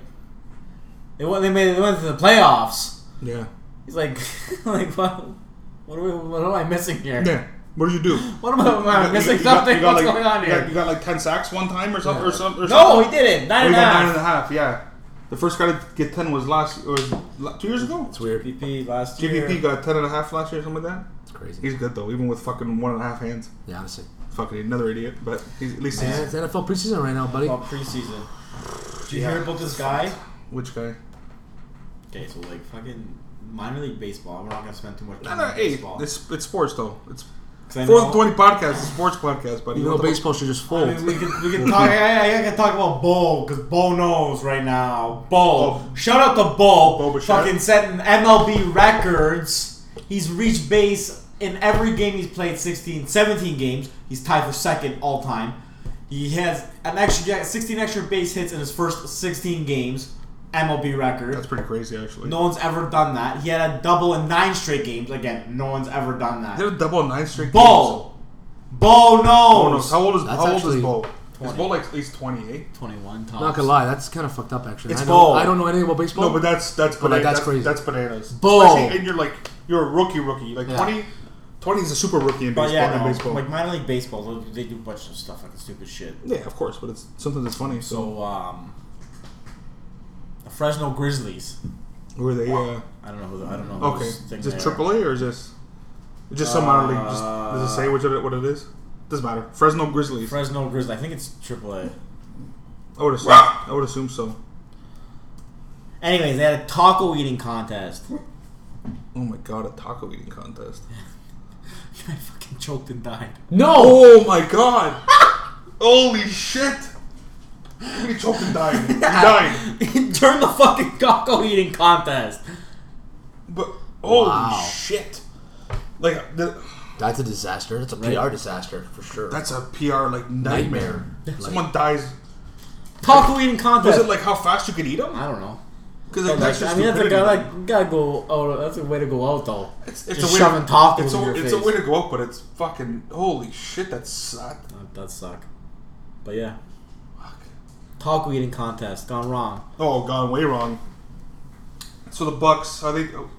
C: they went. They made. They went to the playoffs.
B: yeah.
C: He's like, like what? What, are we, what am I missing here?
B: Yeah. What did you do?
C: What am I, am I missing
B: You got-
C: something?
B: you got,
C: What's
B: like-
C: going on
B: You got,
C: here?
B: you got, like ten sacks one time or something or something. Or
C: no,
B: something?
C: he didn't. Nine
B: Oh,
C: and
B: he
C: a
B: got nine and
C: half.
B: a half. Yeah, the first guy to get ten was last was la- two years ago.
D: It's weird.
C: GPP last year.
B: GVP got ten and a half last year, something like that.
D: It's crazy.
B: He's good though, even with fucking one and a half hands.
D: Yeah, honestly.
B: Fucking another idiot, but he's at least
D: Man,
B: he's
D: it's NFL preseason right now, buddy.
C: About preseason. Did you hear about this guy?
B: which guy?
C: Okay, so like fucking minor league baseball. We're not gonna spend too much
B: No,
C: time
B: no,
C: on
B: hey,
C: baseball.
B: it's it's sports though. It's
C: 'Cause I
B: four
C: know-
B: twenty podcast, it's a sports podcast, buddy.
D: You know,
B: What the-
D: baseball should just
C: I
D: fold.
C: mean, we can we can talk. I, I, I can talk about Bo because Bo knows right now. Bo, shout out to Bo.
B: Bo Bichette.
C: fucking setting MLB records. He's reached base in every game he's played. 16, 17 games. He's tied for second all time. He has an extra 16 extra base hits in his first 16 games. MLB record.
B: That's pretty crazy, actually.
C: no one's ever done that. He had a double in nine straight games. Again, no one's ever done
B: he
C: that.
B: had a double nine streak.
C: Bo, Bo knows.
B: Oh, no. How old is
D: That's
B: how old
D: actually
B: is Bo? Is Bo like at least twenty eight?
C: 21 tops.
D: Not gonna lie, that's kind of fucked up. Actually,
C: It's
D: I, don't,
C: ball.
D: I don't know anything about baseball.
B: No, but that's that's
D: But, like,
B: bananas.
D: that's
B: That's,
D: crazy.
B: crazy. That's bananas.
C: Bo.
B: Especially- and you're like you're a rookie rookie. Like
D: Yeah.
B: 20, 20 is a super rookie in baseball.
C: But yeah,
B: in
C: no,
B: baseball.
C: like minor league baseball, they they do a bunch of stuff like stupid shit.
B: yeah, of course, but it's sometimes it's funny. So
C: So, um, the Fresno Grizzlies
B: Were they uh,
C: I don't know who. The, I don't know. who
B: okay?
C: this thing
B: Just
C: they are.
B: AAA or just just some minor league? Just does it say which of it, what it is? Doesn't matter. Fresno Grizzlies.
C: Fresno Grizzlies. I think it's AAA.
B: I would assume. I would assume so.
C: Anyways, they had a taco eating contest.
B: Oh my god, a taco eating contest.
C: I fucking choked and died.
D: No!
B: Oh my god! Holy shit! He choked and died. He died.
C: During the fucking taco eating contest.
B: But holy
D: Wow.
B: shit! Like the,
D: That's a disaster. That's a PR disaster for sure.
B: that's a PR like nightmare. Someone dies.
C: Taco eating
B: Was
C: contest.
B: it like how fast you could eat them?
C: I don't know.
B: Because like, that's just
C: I mean, that's a
B: stupidity.
C: guy like gotta go. Oh, that's a way to go out though.
B: It's, it's a
C: Just
B: way
C: shoving tacos
B: It's,
C: in
B: a,
C: your
B: it's
C: face.
B: a way to go up, but it's fucking holy shit. That sucked.
C: That does suck. But yeah. Taco eating contest gone wrong.
B: Oh, gone way wrong. So the Bucks are they? oh,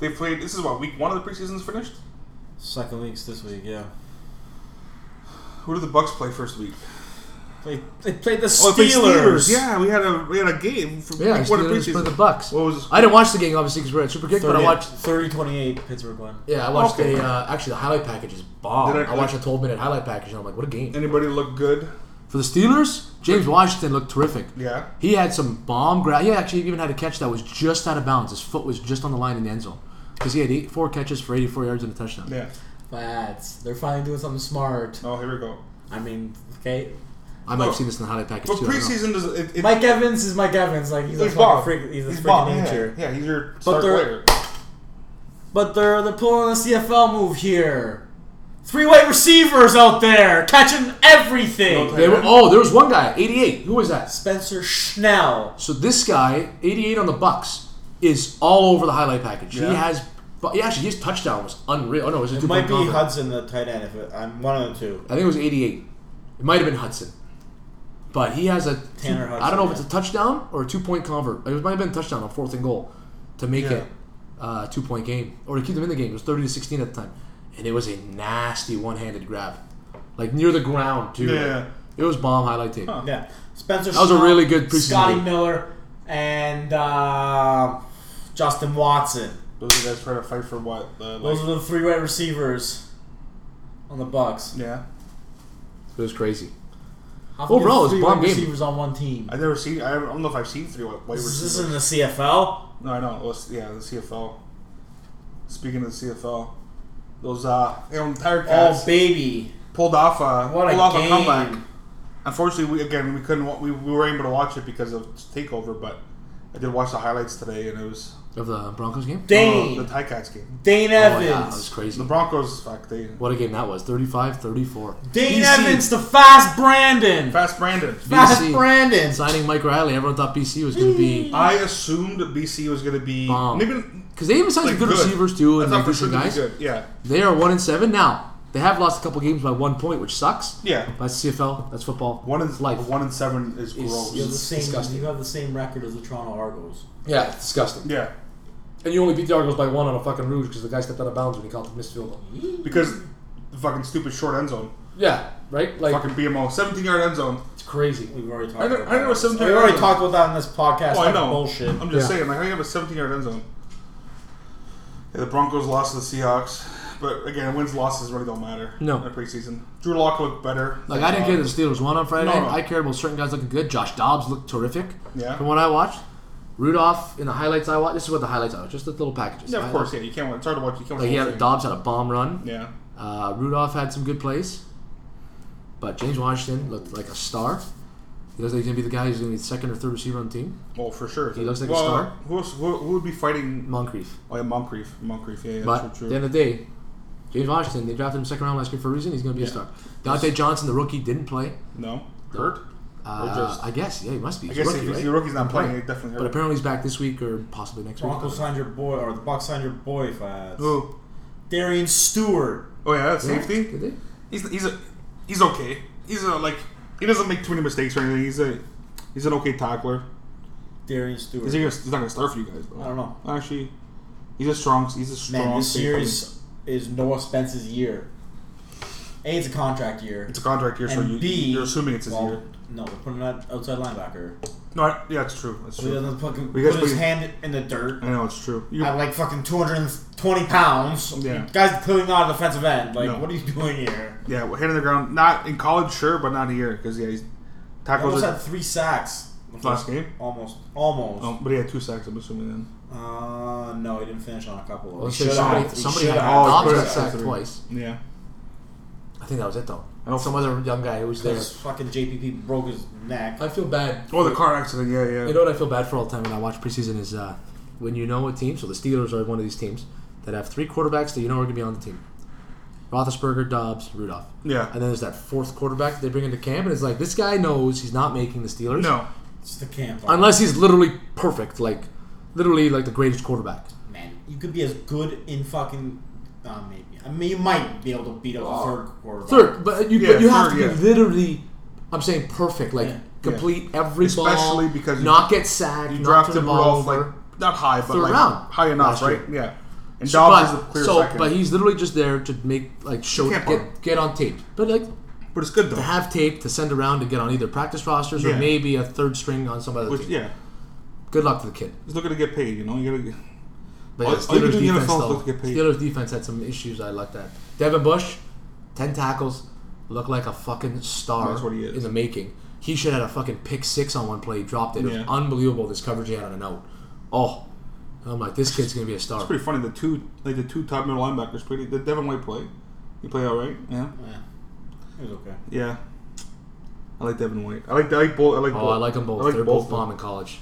B: They played. This is what week one of the preseason's finished.
C: Second week's this week, yeah.
B: Who did the Bucks play first week?
C: They, they played the
B: Oh,
C: Steelers.
B: they played Steelers. Yeah, we had a we had a game for
D: yeah,
B: week one of
D: Steelers for
B: preseason.
D: the Bucks.
B: What was
D: I didn't watch the game obviously because we're at Superkick, but I watched.
C: 30 28 Pittsburgh won.
D: Yeah, I watched
B: Okay.
D: the uh, actually the highlight package is bomb.
B: Did
D: I,
B: I-
D: watched a 12 minute highlight package and I'm like, what a game
B: anybody look good?
D: for the Steelers. James Washington looked terrific.
B: Yeah.
D: He had some bomb grab. He actually even had a catch that was just out of bounds. His foot was just on the line in the end zone because he had eight, four catches for 84 yards and a touchdown.
B: Yeah.
C: Bats. They're finally doing something smart.
B: Oh, here we go.
C: I mean, okay.
D: I might have
B: Oh.
D: seen this in the highlight package
B: But
D: too. I don't know.
B: preseason does it. it
C: Mike Evans is Mike Evans. Like he's,
B: he's
C: a
B: bomb.
C: fucking freak. He's a freak
B: bomb,
C: of
B: yeah.
C: nature.
B: Yeah, he's your
C: But
B: star
C: they're
B: player.
C: but they're they're pulling a CFL move here. Three way receivers out there catching everything.
B: No
D: They were, oh, there was one guy, 88. Who was that?
C: Spencer Schnell.
D: So this guy, 88 on the Bucks, is all over the highlight package. He
B: Yeah.
D: has, but yeah, actually his touchdown was unreal. Oh no, it was a
C: It
D: two-point
C: might be
D: convert.
C: Hudson, the tight end. If it, I'm one of the two.
D: I think it was 88. It might have been Hudson. But he has a. two-
C: Tanner
D: I don't know
C: Hudson,
D: if it's a touchdown or a two point convert. It might have been a touchdown on fourth and goal to make
B: Yeah.
D: it uh, a two point game or to keep them in the game. It was 30 to 16 at the time. And it was a nasty one handed grab. Like near the ground, too.
B: Yeah.
D: It was bomb highlight tape.
B: Huh.
C: Yeah, Spencer.
D: That was a
C: Schnell,
D: really good preseason
C: Scotty
D: game.
C: Miller and uh, Justin Watson.
B: Those are guys trying to fight for what? Uh,
C: Those
B: like,
C: are the three wide receivers on the Bucks.
B: yeah.
D: It was crazy.
C: How can you
D: Overall,
C: have
D: it's a
C: three
D: bomb
C: wide
D: game.
C: receivers on one team.
B: I've never seen. I don't know if I've seen three white
C: This is- this
B: receivers.
C: isn't the CFL.
B: No, I know. It was, yeah, the CFL. Speaking of the CFL, those uh, you know, entire
C: Oh
B: cast
C: baby,
B: pulled off a
C: what a
B: pulled off a
C: game!
B: comeback. Unfortunately, we again we couldn't. wa- We, we were able to watch it because of takeover, but I did watch the highlights today, and it was uh,
D: Of the Broncos game?
C: Dane,
B: the Tie Cats game.
C: Dane
D: Oh,
C: Evans,
D: yeah, that was crazy.
B: The Broncos, fuck, they
D: What a game that was. 35 34.
C: Dane Evans, the fast Brandon,
B: fast Mm. Brandon.
C: fast
D: BC.
C: Brandon.
D: Signing Mike Riley. Everyone thought BC was going to be.
B: I assumed BC was going to be
D: Bomb.
B: maybe
D: Because they even signed
B: like
D: some good, receivers, too,
B: I
D: and
B: thought
D: like
B: for
D: decent
B: sure they'd be
D: guys.
B: good. Yeah,
D: They are one and seven now. They have lost a couple games by one point, which sucks.
B: yeah.
D: But That's CFL. That's football.
B: One in
D: life.
B: One in seven is gross.
C: You have the same.
D: disgusting.
C: You have the same record as the Toronto Argos.
D: Yeah, it's disgusting.
B: yeah,
D: And you only beat the Argos by one on a fucking rouge because the guy stepped out of bounds when he caught the missed field goal.
B: because the fucking stupid short end zone.
D: Yeah, right. Like
B: Fucking BMO, seventeen yard end zone.
D: it's crazy.
C: We've already talked.
B: I know-
C: about
B: I know
C: that.
B: something-
C: We've already talked about that in this podcast.
B: Oh, I
C: That's
B: know.
C: Bullshit.
B: I'm just
D: Yeah.
B: saying, like, how do you have a 17 yard end zone? Yeah, the Broncos lost to the Seahawks, but again, wins losses really don't matter.
D: No.
B: in the preseason. Drew Lock looked better. uh,
D: Like I didn't care that the Steelers won on Friday.
B: No, no.
D: I cared about certain guys looking good. Josh Dobbs looked terrific.
B: Yeah.
D: From what I watched, Rudolph in the highlights I watched. This is what the highlights I watched. Just the little packages.
B: Yeah, of course. Yeah, you can't. It's hard to watch. You can't.
D: Like
B: watch
D: he
B: the
D: had
B: whole
D: Dobbs had a bomb run.
B: thing. Yeah,
D: Uh, Rudolph had some good plays, but James Washington looked like a star. He looks like he's gonna be the guy who's gonna be the second or third receiver on the team.
B: well, for sure.
D: He looks like a
B: well,
D: star.
B: Who, else, who, who would be fighting?
D: Moncrief.
B: Oh yeah, Moncrief. Moncrief. Yeah, yeah.
D: But
B: true,
D: at
B: true.
D: the end of the day, James Washington, they drafted him second round last year for a reason. He's going to be a star. Dante Johnson, the rookie, didn't play.
B: no, hurt.
D: Uh,
B: just-
D: I guess, yeah, he must be.
B: I
D: He's
B: guess
D: a rookie,
B: if,
D: right?
B: if your rookie's not playing, it definitely
D: But
B: hurt.
D: apparently he's back this week or possibly next week.
C: Broncos signed your boy, or the Bucks signed your boy, Fats.
B: Who?
C: Darian Stewart.
B: Oh yeah, that's
D: Yeah,
B: safety.
D: Did they?
B: He's he's a, he's okay. He's a, like he doesn't make too many mistakes or anything. He's a he's an okay tackler.
C: Darian Stewart.
B: Is he gonna, he's not gonna start for you guys though.
C: I don't know.
B: Actually, he's a strong. He's a strong.
C: Man, this year
B: safety.
C: is, is Noah Spence's year. A, it's a contract year.
B: It's a contract year, so
C: And
B: you,
C: B,
B: you're assuming it's his
C: well,
B: year.
C: No, we're putting an outside linebacker.
B: No, I, yeah, it's true. It's
C: So he
B: true.
C: doesn't fucking
B: We guys
C: put his
B: put-
C: hand in the dirt.
B: I know it's true. You,
C: At like fucking 220 pounds.
B: Yeah.
C: Guy's clearly not a defensive end. Like,
B: No.
C: what are you doing here?
B: yeah, well, hand on the ground. Not in college, sure, but not here because yeah, he's
C: I
B: tackles
C: almost
B: are,
C: had three sacks.
B: Last game?
C: Almost. Almost.
B: um, but he had two sacks. I'm assuming then.
C: Uh, no, he didn't finish on a couple.
D: Well,
C: He
D: so
C: should've
D: somebody-
C: had- he
D: somebody
C: should've
D: had
C: had
D: Dobbs
C: three
D: got
C: sacks.
D: sacked
B: three.
D: twice.
B: Yeah,
D: I think that was it though.
B: I don't-
D: Some other young guy who was there.
C: Because fucking JPP broke his neck.
D: I feel bad.
B: Oh, the car accident. Yeah, yeah.
D: You know what I feel bad for all the time when I watch preseason is uh, when you know a team. So the Steelers are one of these teams that have three quarterbacks that you know are going to be on the team: Roethlisberger, Dobbs, Rudolph.
B: Yeah.
D: And then there's that fourth quarterback that they bring into camp, and it's like this guy knows he's not making the Steelers.
B: no,
C: It's the camp.
D: Unless he's literally perfect, like literally like the greatest quarterback.
C: Man, you could be as good in fucking. Uh, maybe. I mean, you might be able to beat up a third quarterback.
D: Third, but you
B: Yeah,
D: but you have to
B: third,
D: be
B: yeah.
D: literally. I'm saying perfect, like
C: Yeah.
D: complete every ball,
B: Especially because you-
D: not get sacked,
B: you
D: not
B: drafted
D: turn the ball
B: Rudolph
D: over.
B: like not high, but
D: Third
B: like
D: round
B: high enough,
D: last year.
B: right? Yeah. And
D: So-
B: Dobbs is the clear
D: so,
B: second.
D: but he's literally just there to make like show
B: can't bump
D: get, get on tape, but like
B: But it's good though.
D: to have tape to send around to get on either practice rosters or
B: Yeah.
D: maybe a third string on some other
B: Which
D: team.
B: yeah,
D: Good luck to the kid.
B: he's looking to get paid. You know, you gotta. Get,
D: But
B: All-
D: yeah,
B: all you can
D: Steelers
B: do in the
D: defense
B: NFL is
D: though,
B: look to get paid.
D: Steelers defense had some issues I looked at. Devin Bush, ten tackles, looked like a fucking star
B: That's what he is.
D: in the making. He should have had a fucking pick six on one play. He dropped it. It
B: Yeah.
D: was unbelievable. This coverage he had on an out. Oh, I'm like, this kid's gonna be a star.
B: Pretty funny. The two like the two top middle linebackers pretty. Did Devin White play? He play all right. Yeah.
C: Yeah. It was okay.
B: Yeah. I like Devin White. I like I like both. I like
D: Oh,
B: both.
D: I like them both.
B: I like
D: They're
B: both
D: both,
B: of them.
D: bomb in college.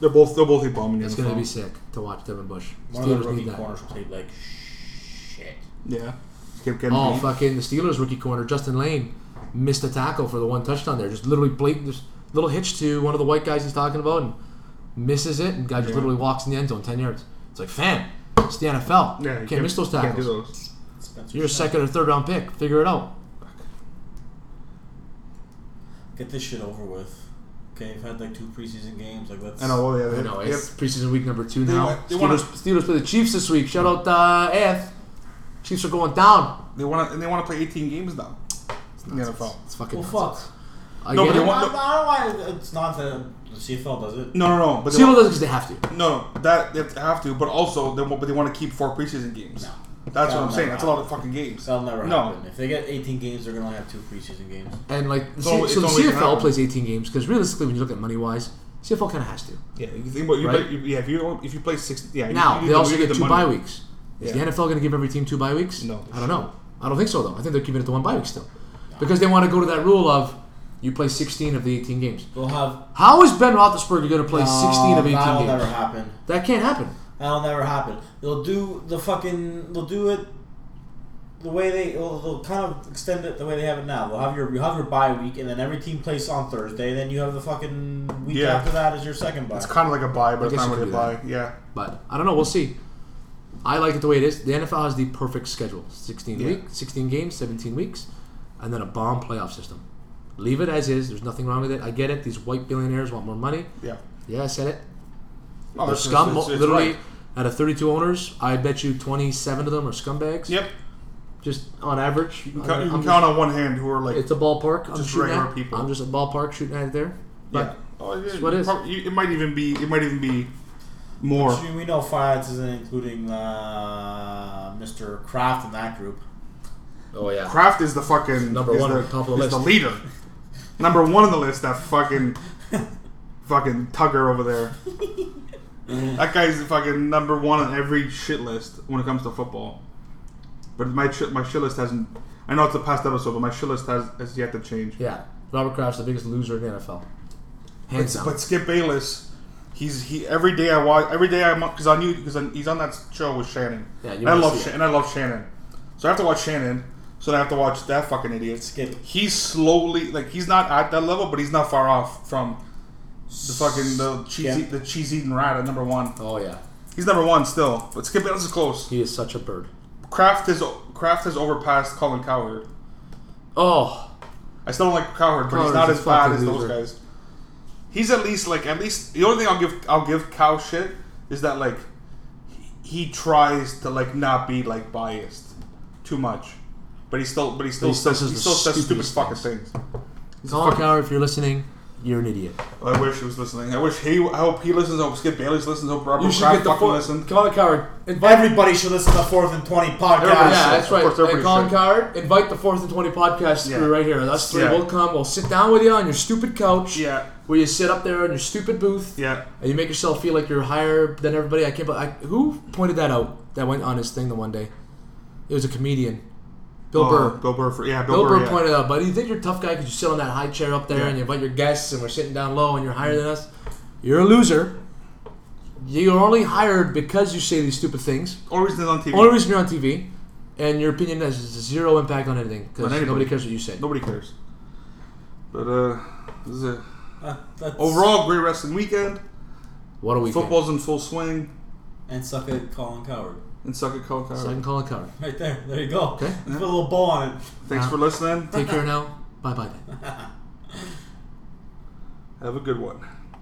B: They're both they're both a bomb in the
D: It's
B: NFL.
D: gonna be sick to watch Devin Bush.
C: One of
D: Steelers
C: the rookie
D: need that.
C: corners played like shit.
B: yeah. Kept getting
D: Oh
B: beat.
D: fucking the Steelers rookie corner Justin Lane missed a tackle for the one touchdown there. Just literally blatant, just little hitch to one of the white guys he's talking about and misses it, and guy just
B: Yeah.
D: literally walks in the end zone ten yards. It's like fam, it's the NFL.
B: Yeah, you
D: you can't miss those
B: you can't
D: tackles.
B: do those.
C: Spencer
D: You're a
C: Sanders.
D: second or third round pick. Figure it out.
C: Get this shit over with. Okay, I've had like two preseason games. Like let's.
B: I know. Well, yeah.
D: I
B: They,
D: know
B: they
D: it's preseason week number two
B: wa-
D: now.
B: they
D: Steelers,
B: wanna-
D: Steelers play the Chiefs this week. Shout out uh, AF. Chiefs are going down.
B: they want to and they want to play 18 games now. In the NFL.
D: It's fucking
C: Well,
D: nonsense.
C: fuck.
D: I
B: No,
D: get
B: but
D: it.
B: they want-
C: I, I don't know why it's not the, the CFL does it.
B: No, no, no. But they
D: Steelers
B: want,
D: does because they have to.
B: no, no, that they have to. But also, they want, but they want to keep four preseason games.
C: No.
B: That's what
C: That'll
B: I'm saying.
C: never
B: That's a lot of fucking games.
C: That'll never
B: No.
C: happen. If they get 18 games, they're gonna only have two preseason games.
D: And like, the
B: It's
D: C-
B: only-
D: so the
B: it's only gonna
D: CFL
B: happen.
D: plays 18 games because realistically, when you look at money wise, CFL kind of has to.
B: Yeah, you think about you
D: Right?
B: play, you, yeah if you don't- if you play six yeah you-
D: Now
B: you need
D: they
B: to-
D: also
B: you need
D: get
B: the
D: two
B: money.
D: bye weeks. Is
B: Yeah.
D: the NFL going to give every team two bye weeks?
B: No,
D: I don't know. I don't think so though. I think they're keeping it to one bye week still, because they want to go to that rule of you play 16 of the 18 games.
C: They'll have.
D: How is Ben Roethlisberger going to play 16 of 18
C: Um, that'll
D: games?
C: never happen.
D: That can't happen.
C: That'll never happen. They'll do the fucking. They'll do it the way they. Well, they'll kind of extend it the way they have it now. They'll have your you have your bye week, and then every team plays on Thursday. Then you have the fucking week
B: Yeah.
C: after that as your second bye.
B: It's kind of like a buy, but it's
D: guess
B: not
D: you
B: really a
D: could do
B: buy. Yeah,
D: But I don't know. We'll see. I like it the way it is. The NFL has the perfect schedule: 16
B: Yeah.
D: week, 16 games, 17 weeks, and then a bomb playoff system. Leave it as is. There's nothing wrong with it. I get it. These white billionaires want more money.
B: yeah.
D: Yeah, I said it.
B: No,
D: They're
B: it's- it's-
D: scum.
B: it's- it's
D: literally,
B: right.
D: out of 32 owners, I bet you 27 of them are scumbags.
B: Yep.
D: Just on average.
B: You
D: I'm-
B: can, you
D: I'm
B: can
D: just-
B: count on one hand who are like
D: It's a ballpark. I'm
B: Just
D: just shooting
B: regular
D: at.
B: people.
D: I'm just a ballpark shooting at it there.
B: yeah.
D: But
B: Oh, yeah,
D: what
B: you
D: is.
B: prob- you- it might even be it might even be more.
C: Actually, we know finance isn't including uh, Mr. Kraft in that group.
D: Oh, yeah.
B: Kraft is the fucking
D: Number
B: is
D: one
B: the,
D: on top of the
B: is
D: list.
B: the leader. number one on the list. That fucking fucking Tugger over there. that guy's the fucking number one on every shit list when it comes to football. But my shit, my shit list hasn't. I know it's the past episode, but my shit list has, has yet to change.
D: Yeah. Robert Kraft's the biggest loser in the NFL. Hands down.
B: But Skip Bayless, he's he every day I watch every day I'm because I knew because he's on that show with Shannon.
D: Yeah, you
B: and I
D: wanna
B: love
D: see
B: Sha-
D: it.
B: and I love Shannon, so I have to watch Shannon. So then I have to watch that fucking idiot.
C: Skip.
B: He's slowly like he's not at that level, but he's not far off from the fucking the cheese
C: Skip.
B: the cheese eating rat at number one.
D: oh, yeah.
B: He's number one still, but Skip Bayless is close.
D: He is such a bird.
B: Kraft is Kraft has overpassed Colin Cowherd.
D: Oh.
B: I still don't like Cowherd, but he's
D: Cowherd's
B: not
D: a
B: as bad
D: fucking
B: as those
D: loser.
B: guys. He's at least like at least the only thing I'll give I'll give Cow shit is that like he- he tries to like not be like biased too much. But he still, but he still,
D: he still
B: says,
D: says
B: he
D: the
B: still says stupid
D: stupidest
B: fucking things. He's a
D: Colin
B: fucking-
D: Coward, if you're listening, you're an idiot.
B: I wish he was listening. I wish he. I hope he listens. I hope Skip Bayless listens. I hope Robert
D: You should get
B: Kraft
D: the
B: fucking
D: fourth.
B: listens.
D: Colin Coward, invite.
E: Everybody should listen to Fourth and Twenty
B: Everybody
E: podcast.
B: should.
D: Yeah, that's
B: Of
D: right.
B: course, they're
D: And
B: pretty
D: Colin
B: sure.
D: Coward, invite the fourth and twenty podcast crew
B: Yeah.
D: right here. Us three
B: Yeah.
D: will come. We'll sit down with you on your stupid couch.
B: Yeah.
D: Where you sit up there in your stupid booth.
B: Yeah.
D: And you make yourself feel like you're higher than everybody. I can't. But I, who pointed that out? That went on his thing the one day. It was a comedian, Bill
B: Oh,
D: Burr.
B: Bill Burr. For, yeah. Bill,
D: Bill
B: Burr.
D: Burr
B: yeah.
D: pointed out, buddy, you think you're a tough guy because you sit on that high chair up there and you invite your guests and we're sitting down low and you're higher than us. You're a loser. You're only hired because you say these stupid things.
B: Only reason he's on TV.
D: Only reason you're on TV and your opinion has zero impact on anything
B: On
D: because
B: anybody.
D: nobody cares what you say.
B: Nobody cares. But uh, this is a
C: Uh,
E: that's,
B: overall great wrestling weekend.
D: What a weekend.
B: Football's in full swing.
E: and suck at Colin Coward.
B: And suck it, Colin Coward.
D: So I can call it covered.
E: Right there, there you go.
D: Okay.
E: Put a little bow on it.
B: Thanks for listening.
D: Take care now. Bye bye then.
B: Have a good one.